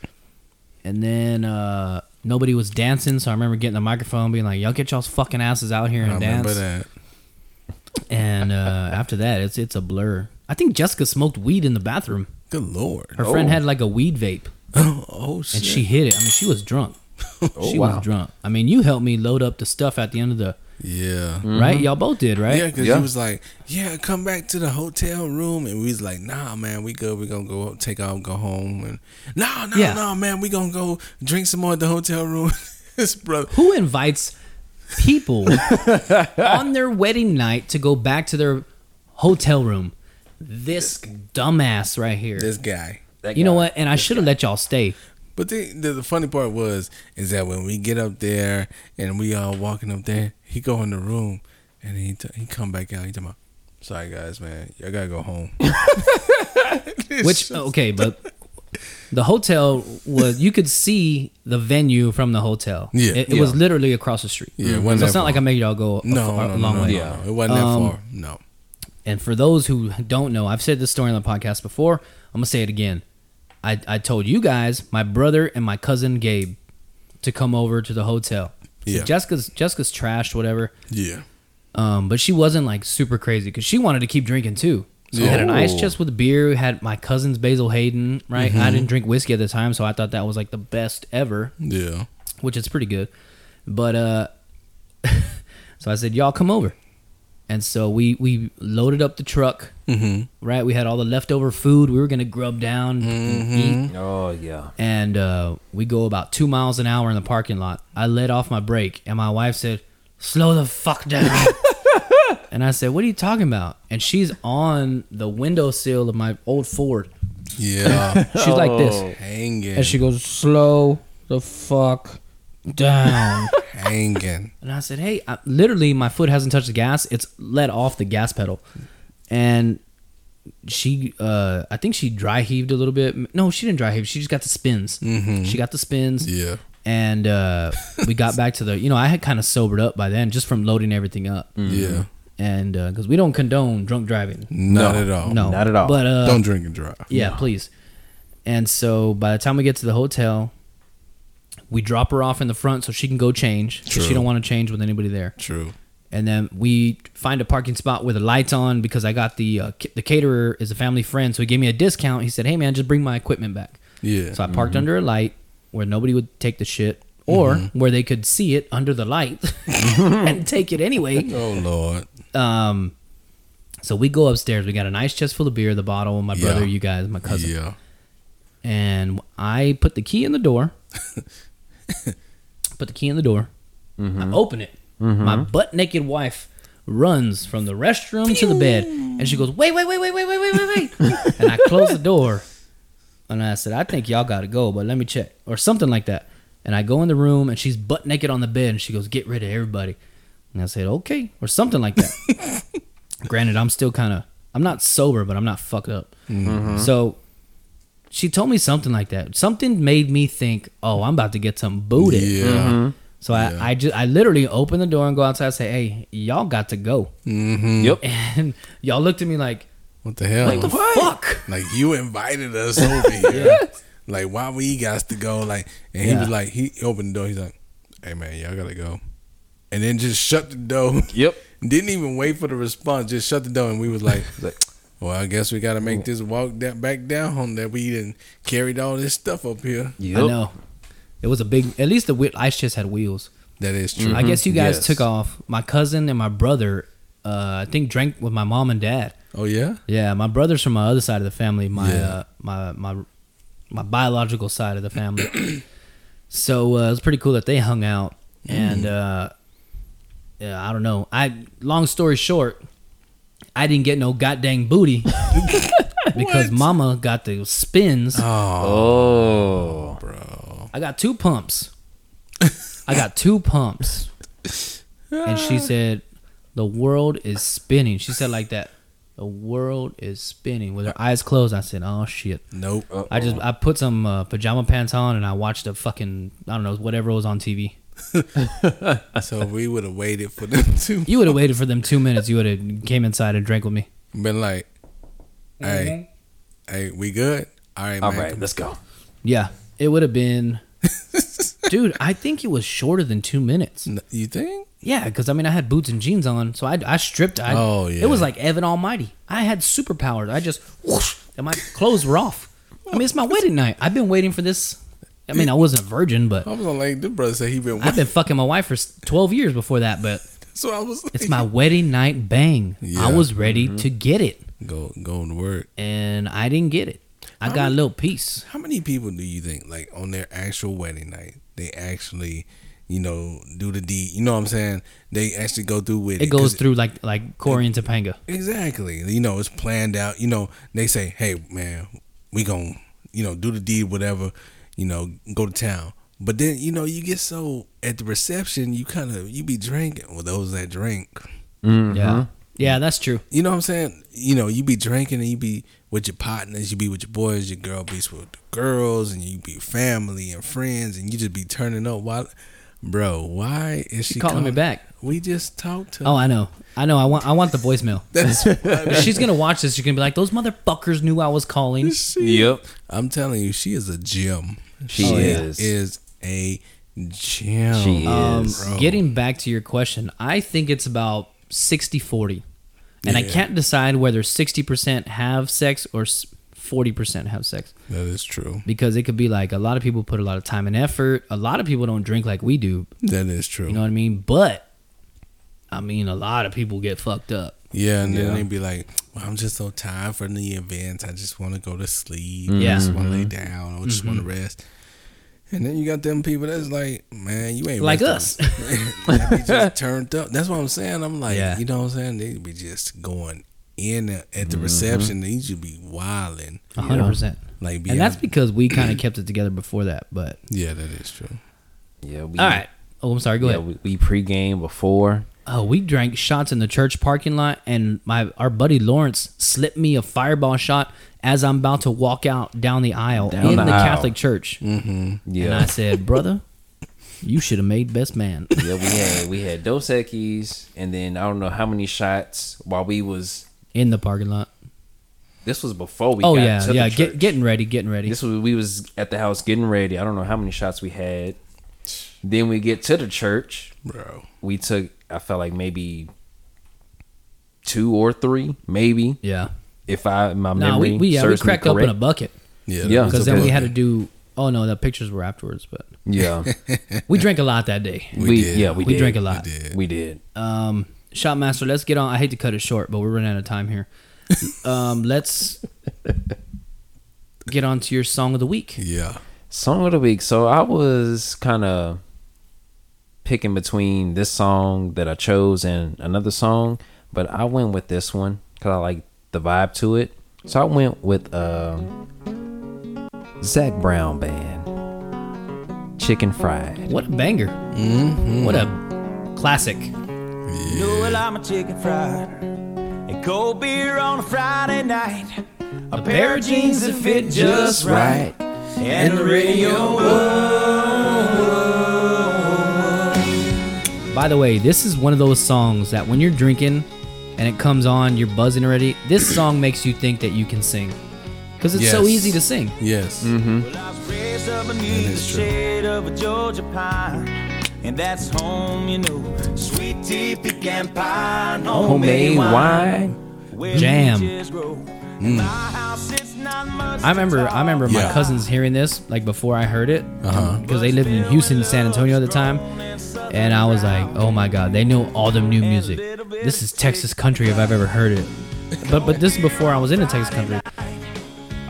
and then uh, nobody was dancing, so I remember getting the microphone, being like, "Y'all get y'all's fucking asses out here and
I
dance."
remember that.
And uh, after that, it's it's a blur. I think Jessica smoked weed in the bathroom.
Good lord.
Her friend had like a weed vape,
Oh, oh shit.
and she hit it. I mean, she was drunk. she
wow.
was drunk. I mean, you helped me load up the stuff at the end of the
yeah.
right. Y'all both did, right?
Yeah, because
Yeah.
he was like, "Yeah, come back to the hotel room," and we was like, "Nah, man, we good. We gonna go up, take off, go home." And no, no,
Yeah.
no, man, we gonna go drink some more at the hotel room. His brother,
Who invites people on their wedding night to go back to their hotel room? This dumbass right here.
this guy.
That
you know
guy.
what? And I should have let y'all stay.
But the, the the funny part was is that when we get up there and we all walking up there, he go in the room and he t- he come back out. He talking about, "Sorry guys, man, y'all gotta go home." It's
Which
just-
okay, but the hotel was you could see the venue from the hotel.
Yeah.
it, it was literally across the street.
Yeah, it
so
wasn't
it's
that
not like
far.
I made y'all go a,
no,
far-
no,
a long
no, no,
way.
no, it
Um,
wasn't that far. No,
And for those who don't know, I've said this story on the podcast before. I'm gonna say it again. I, I told you guys, my brother and my cousin Gabe, to come over to the hotel.
Yeah.
Jessica's Jessica's trashed, whatever.
yeah,
Um, but she wasn't like super crazy because she wanted to keep drinking too. So we had an
Yeah.
ice chest with beer. Had my cousin's Basil Hayden. Right. I didn't drink whiskey at the time, so I thought that was like the best ever
yeah.
which is pretty good. But uh so I said, y'all come over. And so we we loaded up the truck. Mm-hmm. Right, we had all the leftover food. We were gonna grub down and eat,
Oh yeah.
and uh, we go about two miles an hour in the parking lot. I let off my brake, and my wife said, "Slow the fuck down." and I said, "What are you talking about?" And she's on the windowsill of my old Ford.
Yeah,
She's like
Oh.
this,
hanging,
and she goes, "Slow the fuck down."
hanging.
And I said, "Hey, I, literally, my foot hasn't touched the gas. It's let off the gas pedal." And she, uh, I think she dry heaved a little bit. No, she didn't dry heave. She just got the spins. She got the spins.
Yeah.
And uh, we got back to the. You know, I had kind of sobered up by then, just from loading everything up.
Yeah.
And because we don't condone drunk driving.
Not at all.
No,
Not at all.
But uh,
Don't drink and drive.
yeah, please. And so by the time we get to the hotel, we drop her off in the front so she can go change. 'cause She
True.
don't want to change with anybody there.
True.
and then we find a parking spot with the lights on because I got the uh, ca- the caterer is a family friend, so he gave me a discount. He said, "Hey man, just bring my equipment back."
Yeah.
So I parked under a light where nobody would take the shit, or where they could see it under the light and take it anyway.
oh Lord.
Um, so we go upstairs. We got an ice chest full of beer, the bottle, and my brother,
Yeah.
you guys, my cousin,
Yeah.
and I put the key in the door. Put the key in the door. I open it. My butt naked wife runs from the restroom to the bed and she goes, Wait, wait, wait, wait, wait, wait, wait, wait, wait. and I close the door and I said, I think y'all gotta go, but let me check. Or something like that. And I go in the room and she's butt naked on the bed and she goes, Get rid of everybody. And I said, Okay. Or something like that. Granted, I'm still kind of, I'm not sober, but I'm not fucked up.
Mm-hmm.
So she told me something like that. Something made me think, oh, I'm about to get some booted.
Yeah.
So I, I just I literally open the door and go outside and say, Hey, y'all got to go.
Mm-hmm.
Yep.
And y'all looked at me like,
What the hell?
What the fuck?
Like you invited us over here. Like why we got to go? Like and he
Yeah.
was like he opened the door. He's like, "Hey man, y'all gotta go," and then just shut the door.
Yep.
Didn't even wait for the response. Just shut the door, and we was like,
Like-
"Well, I guess we gotta
oh.
make this walk that back down that we didn't carried all this stuff up here."
Yep.
I know. It was a big at least the wheel, ice chest had wheels.
That is true.
Mm-hmm. I guess you guys
Yes.
took off. My cousin and my brother, uh, I think drank with my mom and dad.
Oh yeah.
Yeah, my brother's from my other side of the family. My
Yeah.
uh, my my my biological side of the family. so uh, it was pretty cool that they hung out. And uh, yeah, I don't know. I long story short, I didn't get no goddamn booty because Mama got the spins.
Oh.
I got two pumps. I got two pumps. And she said, The world is spinning. She said like that. The world is spinning. With her eyes closed, I said, Oh shit.
Nope.
I just I put some uh, pajama pants on and I watched a fucking I don't know, whatever was on TV.
so we would have waited for them to
You would have waited for them two minutes, you would have came inside and drank with me.
been like, "Hey, hey, we good? All right,
All
man.
right, let's go.
Yeah. It would have been Dude, I think it was shorter than two minutes.
N- You think?
Yeah, because I mean, I had boots and jeans on, so I, I stripped. I,
Oh, yeah.
It was like Evan Almighty. I had superpowers. I just whoosh, and my clothes were off. I mean, it's my wedding night. I've been waiting for this. I mean, I wasn't a virgin, but
I was like, "This brother said he been."
I've
waiting."
been fucking my wife for s- twelve years before that. But
So I was. Like,
it's my wedding night bang.
Yeah.
I was ready to get it,
go going to work.
and I didn't get it. I got a little piece.
How many people do you think like on their actual wedding night they actually, you know, do the deed? You know what I'm saying? They actually go through with it.
It goes
'cause-
through like like Corey and Topanga.
Exactly. You know, it's planned out. You know, they say, "Hey, man, we gon' you know do the deed, whatever. You know, go to town." But then you know you get so at the reception you kind of you be drinking with those that drink.
Yeah, yeah, that's true.
You know what I'm saying? You know, you be drinking and you be with your partners, you be with your boys, your girl be with the girls, and you be family and friends, and you just be turning up. Why, bro? Why is she
calling me back.
We just talked to.
Oh, I know, I know. I want I want the voicemail.
That's
If she's gonna watch this. She's gonna be like, "Those motherfuckers knew I was calling."
she,
Yep.
I'm telling you, she is a gem.
She
She
is.
Oh, is a gem.
She
Um,
is.
getting back to your question, I think it's about 60 40. And I
Yeah.
can't decide whether 60% have sex or s- 40% have sex
That is true.
because it could be like a lot of people put a lot of time and effort. A lot of people don't drink like we do.
That is true.
You know what I mean? But I mean, a lot of people get fucked up.
yeah, and then
Yeah.
they be like, well, "I'm just so tired from the events. I just want to go to sleep. I
Yeah. Mm-hmm.
just want to lay down. I just want to rest." And then you got them people that's like, "Man, you ain't
Like
resting." They be just turned up. That's what I'm saying. I'm like,
Yeah.
you know what I'm saying? They be just going in at the
Mm-hmm.
reception. They should be wilding.
100%.
Like, be
And that's
out-
because we kind of kept it together before that. But
yeah, that is true.
Yeah. We,
all right. Oh, I'm sorry. Go
Yeah,
ahead.
we, we pregame before.
Oh, we drank shots in the church parking lot, and my our buddy Lawrence slipped me a fireball shot as I'm about to walk out down the aisle
Down
in
the
the,
aisle. Mm-hmm.
Catholic church. And I
Yeah.
said, "Brother, you should have made best man."
yeah. We had we had Dos Equis, and then I don't know how many shots while we was.
In the parking lot.
This was before we.
oh
got
yeah,
to
yeah.
The
Get,
church.
getting ready, getting ready.
This was we was at the house getting ready. I don't know how many shots we had. Then we get to the church.
Bro,
We took. I felt like maybe two or three, maybe
yeah.
if I my
No,
memory
we we, yeah, we
serves me
cracked up in a
correct.
bucket
yeah,
Yeah.
that was
because
a
then we
good-
had to do. Oh no, the pictures were afterwards, but
Yeah,
we drank a lot that day.
we,
did.
yeah we,
We
did.
drank a lot.
We did.
We did.
Um, Shopmaster, let's get on. I hate to cut it short, but we're running out of time here. um, let's get on to your song of the week.
yeah.
Song of the week. So I was kind of picking between this song that I chose and another song, but I went with this one because I like the vibe to it. So I went with um, Zach Brown Band, Chicken Fried.
What a banger. What a classic.
You know I like my chicken fried and cold beer on a Friday night. A pair of jeans that fit just right and the radio.
By the way, this is one of those songs that when you're drinking and it comes on, you're buzzing already. This song makes you think that you can sing because it's so
Yes.
easy to sing.
Yes.
Mm-hmm.
Well, I was raised up beneath the
is true.
shade of a Georgia pine, and that's home, you know. Sweet tea, pecan pie, and
Homemade
homemade wine.
wine.
where
Jam. Mm.
peaches grow. And my house, it's not much
I remember,
to
I remember my
Yeah.
cousins hearing this like before I heard it
Uh-huh.
because they lived in Houston, and San Antonio at the time, and I was like, oh my god, they know all the new music. This is Texas country if I've ever heard it. But but this is before I was into Texas country,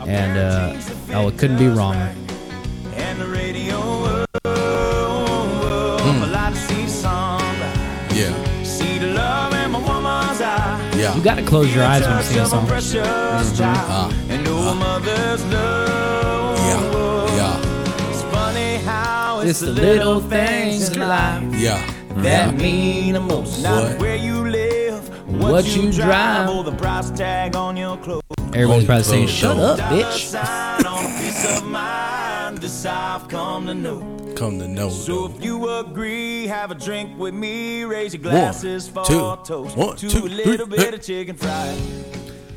and uh, oh, it couldn't be wrong.
talk. And the radio.
Mm.
Well, I see sunrise,
Yeah.
see the love in my woman's eye.
Yeah.
You gotta close your eyes when you sing a song. Mm-hmm. Ah.
Precious child, and old mother's love.
yeah. Yeah.
It's funny how it's,
It's
the
the
little
little
things
things
in
in
life
Yeah. Mm-hmm.
that mean the most. Not
What?
where you live, what,
What
you,
you
drive,
drive.
or the price tag on your clothes.
Everybody's probably saying,
Oh,
shut
no.
up,
Dollar
bitch.
sign on a piece of mind, this I've come to know.
Come to know.
So
though.
if you agree, have a drink with me, raise your glasses for
two,
a toast
one,
to
two,
a little
three,
bit
hey.
of chicken fried.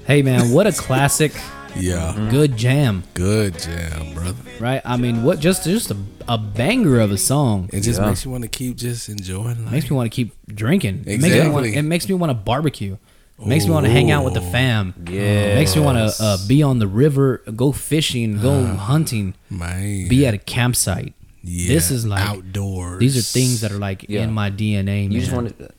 Hey man, what a classic,
Yeah.
good jam,
Good jam, brother.
right? I mean, what just just a, a banger of a song.
It just
Yeah.
makes you want to keep just enjoying life.
makes me want to keep drinking. It makes me want,
Exactly.
it makes me want to barbecue. It makes me want to hang out with the fam. It makes me want to uh, be on the river, go fishing, go
Ah.
hunting,
Man.
be at a campsite.
yeah.
This is like
outdoors.
These are things that are like
Yeah.
in my DNA. Man.
You just want to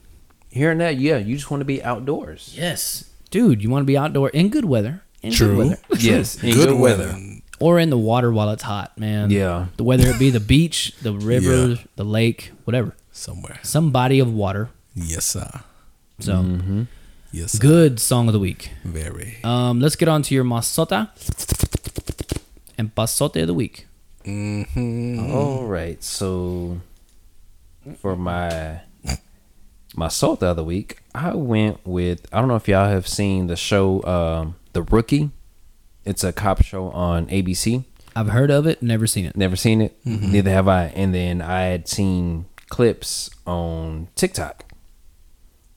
hearing that. Yeah, you just want to be outdoors.
yes, dude. You want to be outdoor in good weather. In
True.
Good weather.
Yes, in
good, weather.
Or in the water while it's hot, man.
Yeah.
The whether it be the beach, the river,
Yeah.
the lake, whatever,
somewhere.
some body of water.
Yes, sir.
So
Mm-hmm.
Yes, sir.
good song of the week.
Very.
Um, let's get on to your masota and pasote of the week.
All right, so for my my salt the other week, I went with I don't know if y'all have seen the show um, The Rookie. It's a cop show on ABC.
I've heard of it, never seen it.
Never seen it.
Mm-hmm.
Neither have I. And then I had seen clips on TikTok.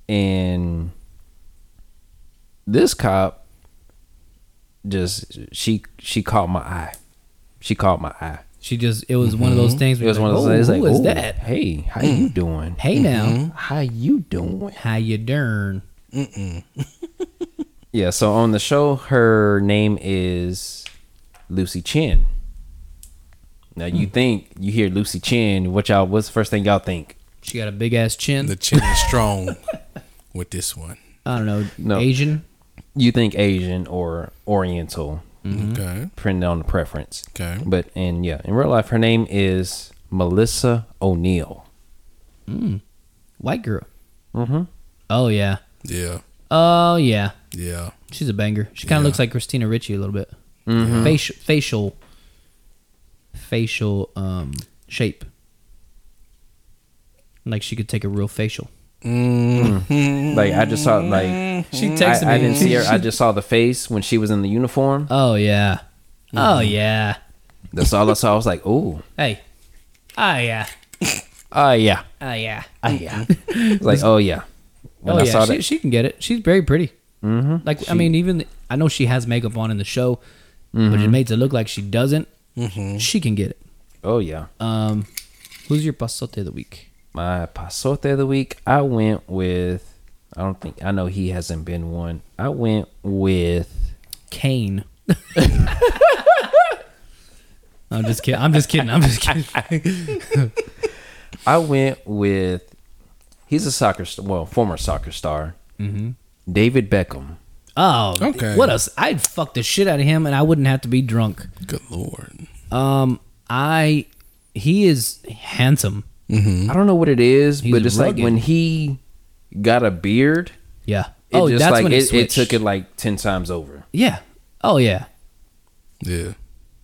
And this cop just she she caught my eye. She caught my eye.
She just it was one of those things.
Mm-hmm. It
where
was
you're
one of
like,
those things
"Oh,
like,
who is
"Ooh, Mm-hmm.
that? Mm-hmm.
Hey, how you doing?
Hey now,
How you doing?
how you darn?
Yeah, so on the show, her name is Lucy Chin. Now
Hmm.
you think you hear Lucy Chin, what y'all what's the first thing y'all think?
She got a big ass chin.
The chin is strong with this one.
I don't know,
No.
Asian.
You think Asian or Oriental,
Mm-hmm.
Okay.
depending on the preference.
Okay.
But in yeah, in real life her name is Melissa O'Neill.
White girl. Mm-hmm. Oh yeah.
Yeah.
Oh yeah.
Yeah.
She's a banger. She kind of
Yeah.
looks like Christina Ricci a little bit.
Mm-hmm.
Facial, facial, facial um, shape. Like she could take a real facial.
Like I just saw like
She
I, I didn't see her, I just saw the face when she was in the uniform.
Oh yeah. Oh
Mm-hmm.
yeah.
That's all I saw. I was like, oh,
Hey. Oh yeah.
oh yeah.
Oh yeah.
Oh yeah. like, oh yeah. When
oh
I
yeah.
saw
she,
that
she can get it. She's very pretty. Mm-hmm. Like I mean, even I know she has makeup on in the show, but
Mm-hmm.
it makes it look like she doesn't. She can get it.
Oh yeah.
Um, who's your pasote of the week?
My pasote of the week, I went with I don't think I know he hasn't been one. I went with
Kane. I'm just kidding. I'm just kidding. I'm just kidding.
I went with he's a soccer st- well, former soccer star. Mm-hmm. David Beckham.
Oh,
Okay.
What else? I'd fuck the shit out of him, and I wouldn't have to be drunk.
Good lord.
Um, I he is handsome.
I don't know what it is,
Mm-hmm. He's
but it's like
rugged.
when he got a beard,
Yeah.
it
oh,
just
that's
like
when
it, it
switched.
took it like ten times over.
Yeah. Oh yeah.
Yeah.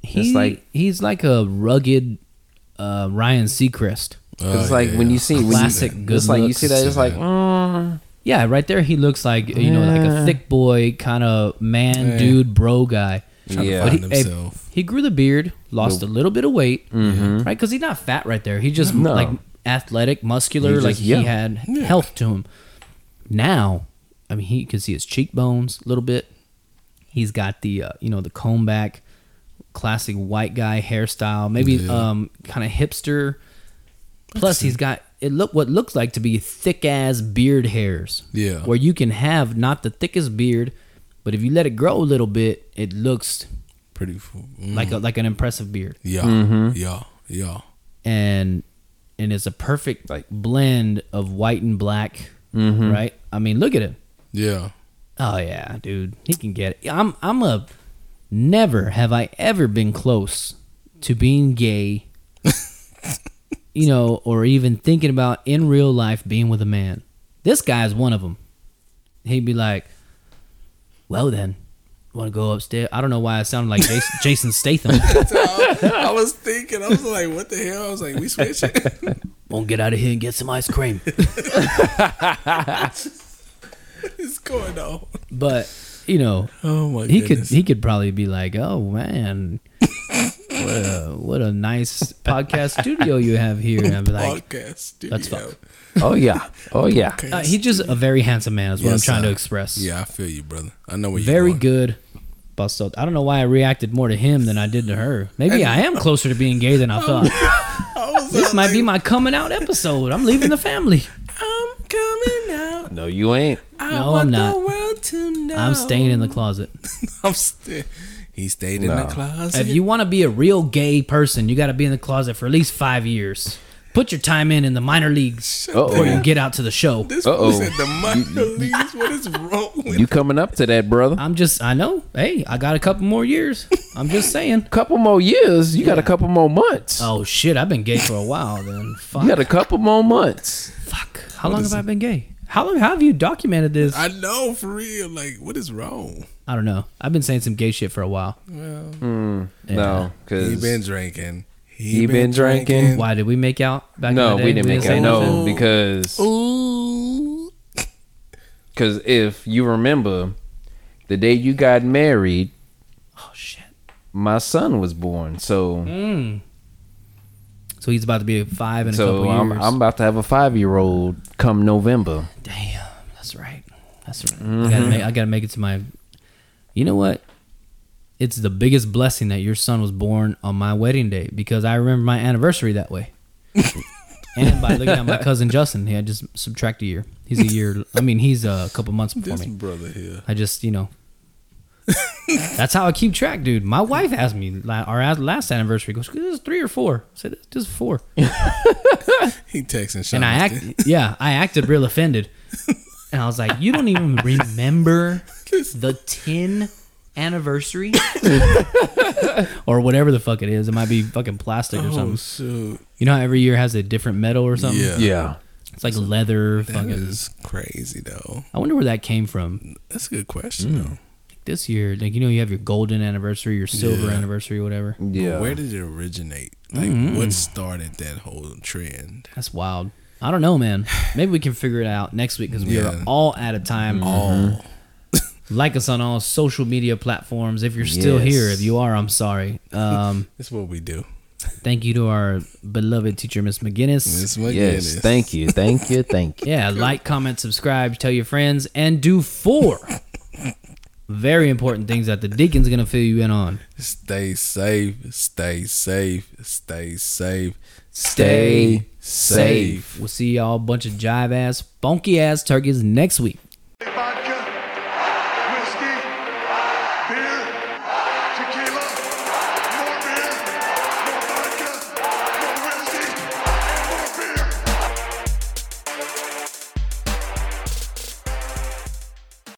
He,
like-
he's like a rugged uh, Ryan Seacrest.
'Cause
Oh,
it's like
yeah.
when you see when you-
Classic good
it's like you see
looks.
that, it's like mm,
Yeah, right there he looks like you know like a thick boy kind of man
Yeah.
dude bro guy.
yeah,
But he,
Find
hey,
himself.
he grew the beard, lost a little bit of weight, right? Because he's not fat right there. He just
Mm-hmm. No.
like athletic, muscular,
He just-
like he
yeah.
had health to him. Now, I mean, he can see his cheekbones a little bit. He's got the uh, you know the comb back, classic white guy hairstyle, maybe um kind of hipster. Plus, he's got it look what looks like to be thick ass beard hairs.
Yeah.
where you can have not the thickest beard, but if you let it grow a little bit, it looks
Pretty. Full.
like a, like an impressive beard,
Yeah.
Mm-hmm.
Yeah. Yeah.
and and it's a perfect like
Like-
blend of white and black, right? I mean, look at him.
Yeah.
Oh yeah, dude, he can get it. I'm I'm a never have I ever been close to being gay, you know, or even thinking about in real life being with a man. This guy is one of them. He'd be like, "Well then, want to go upstairs?" I don't know why I sounded like Jason, Jason Statham.
I was thinking. I was like, what the hell? I was like, we switching.
Won't get out of here and get some ice cream.
What's going on?
but you know,
Oh my
he could
goodness.
he could probably be like, "Oh man, what a what a nice podcast studio you have here." And I'd be like,
podcast studio.
"Let's fuck."
oh yeah, oh yeah.
Uh, he's just a very handsome man, is what
Yes,
I'm trying to
sir.
express.
Yeah, I feel you, brother. I know what you're
very
going.
good. Bust out. I don't know why I reacted more to him than I did to her. Maybe I am closer to being gay than
Oh,
I thought.
I was
This might be my coming out episode. I'm leaving the family.
I'm coming out.
No, you ain't.
I
No,
want
I'm not.
the world to know.
I'm staying in the closet.
I'm staying. He stayed in
No.
the closet.
If you want to be a real gay person, you got to be in the closet for at least five years. Put your time in in the minor leagues before you
Oh,
get out to the show.
this
Uh-oh.
was at the minor leagues. What is wrong with
you coming up to that, brother?
I'm just, I know. Hey, I got a couple more years. I'm just saying.
Couple more years. You got a couple more months.
Oh shit, I've been gay for a while. Then fuck,
You got a couple more months.
fuck. How long have I been gay? How long? How have you documented this?
I know for real. Like, what is wrong?
I don't know. I've been saying some gay shit for a while.
No,
He
because
been drinking.
He been drinking.
Why did we make out back? in the
no,
day?
we didn't make
say
it. No,
nothing?
because
Ooh.
because if you remember, the day you got married,
Oh shit.
my son was born. So
Mm. So he's about to be five in a
so
couple
I'm,
years.
I'm about to have a five year old come November.
Damn, that's right. That's right. I, gotta make, I gotta make it to my. You know what? It's the biggest blessing that your son was born on my wedding day because I remember my anniversary that way. and by looking at my cousin Justin, he I just subtract a year. He's a year. I mean, he's a couple months before
This
me.
brother here.
I just, you know. That's how I keep track, dude. My wife asked me la- our as- last anniversary. Goes, this is three or four. I said, this is four.
He texting Sean.
And I act, yeah, I acted real offended. And I was like, you don't even remember the 10 anniversary or whatever the fuck it is. It might be fucking plastic or
Oh
something.
shoot!
You know how every year has a different metal or something?
Yeah,
Yeah.
It's like leather
That
fucking.
is crazy though.
I wonder where that came from.
That's a good question. though.
This year, like, you know, you have your golden anniversary, your silver
Yeah.
anniversary, whatever.
Yeah.
Where did it originate? Like, what started that whole trend?
That's wild. I don't know, man. Maybe we can figure it out next week because we
Yeah.
are all out of time.
Oh,
like us on all social media platforms if you're still
Yes.
here if you are i'm sorry um,
that's what we do.
thank you to our beloved teacher miss mcginnis
That's what
yes.
it is.
Thank you. Thank you. Thank you.
yeah like comment subscribe tell your friends and do four very important things that the deacon's gonna fill you in on
Stay safe. Stay safe. Stay safe.
Stay safe.
we'll see y'all a bunch of jive ass funky ass turkeys next week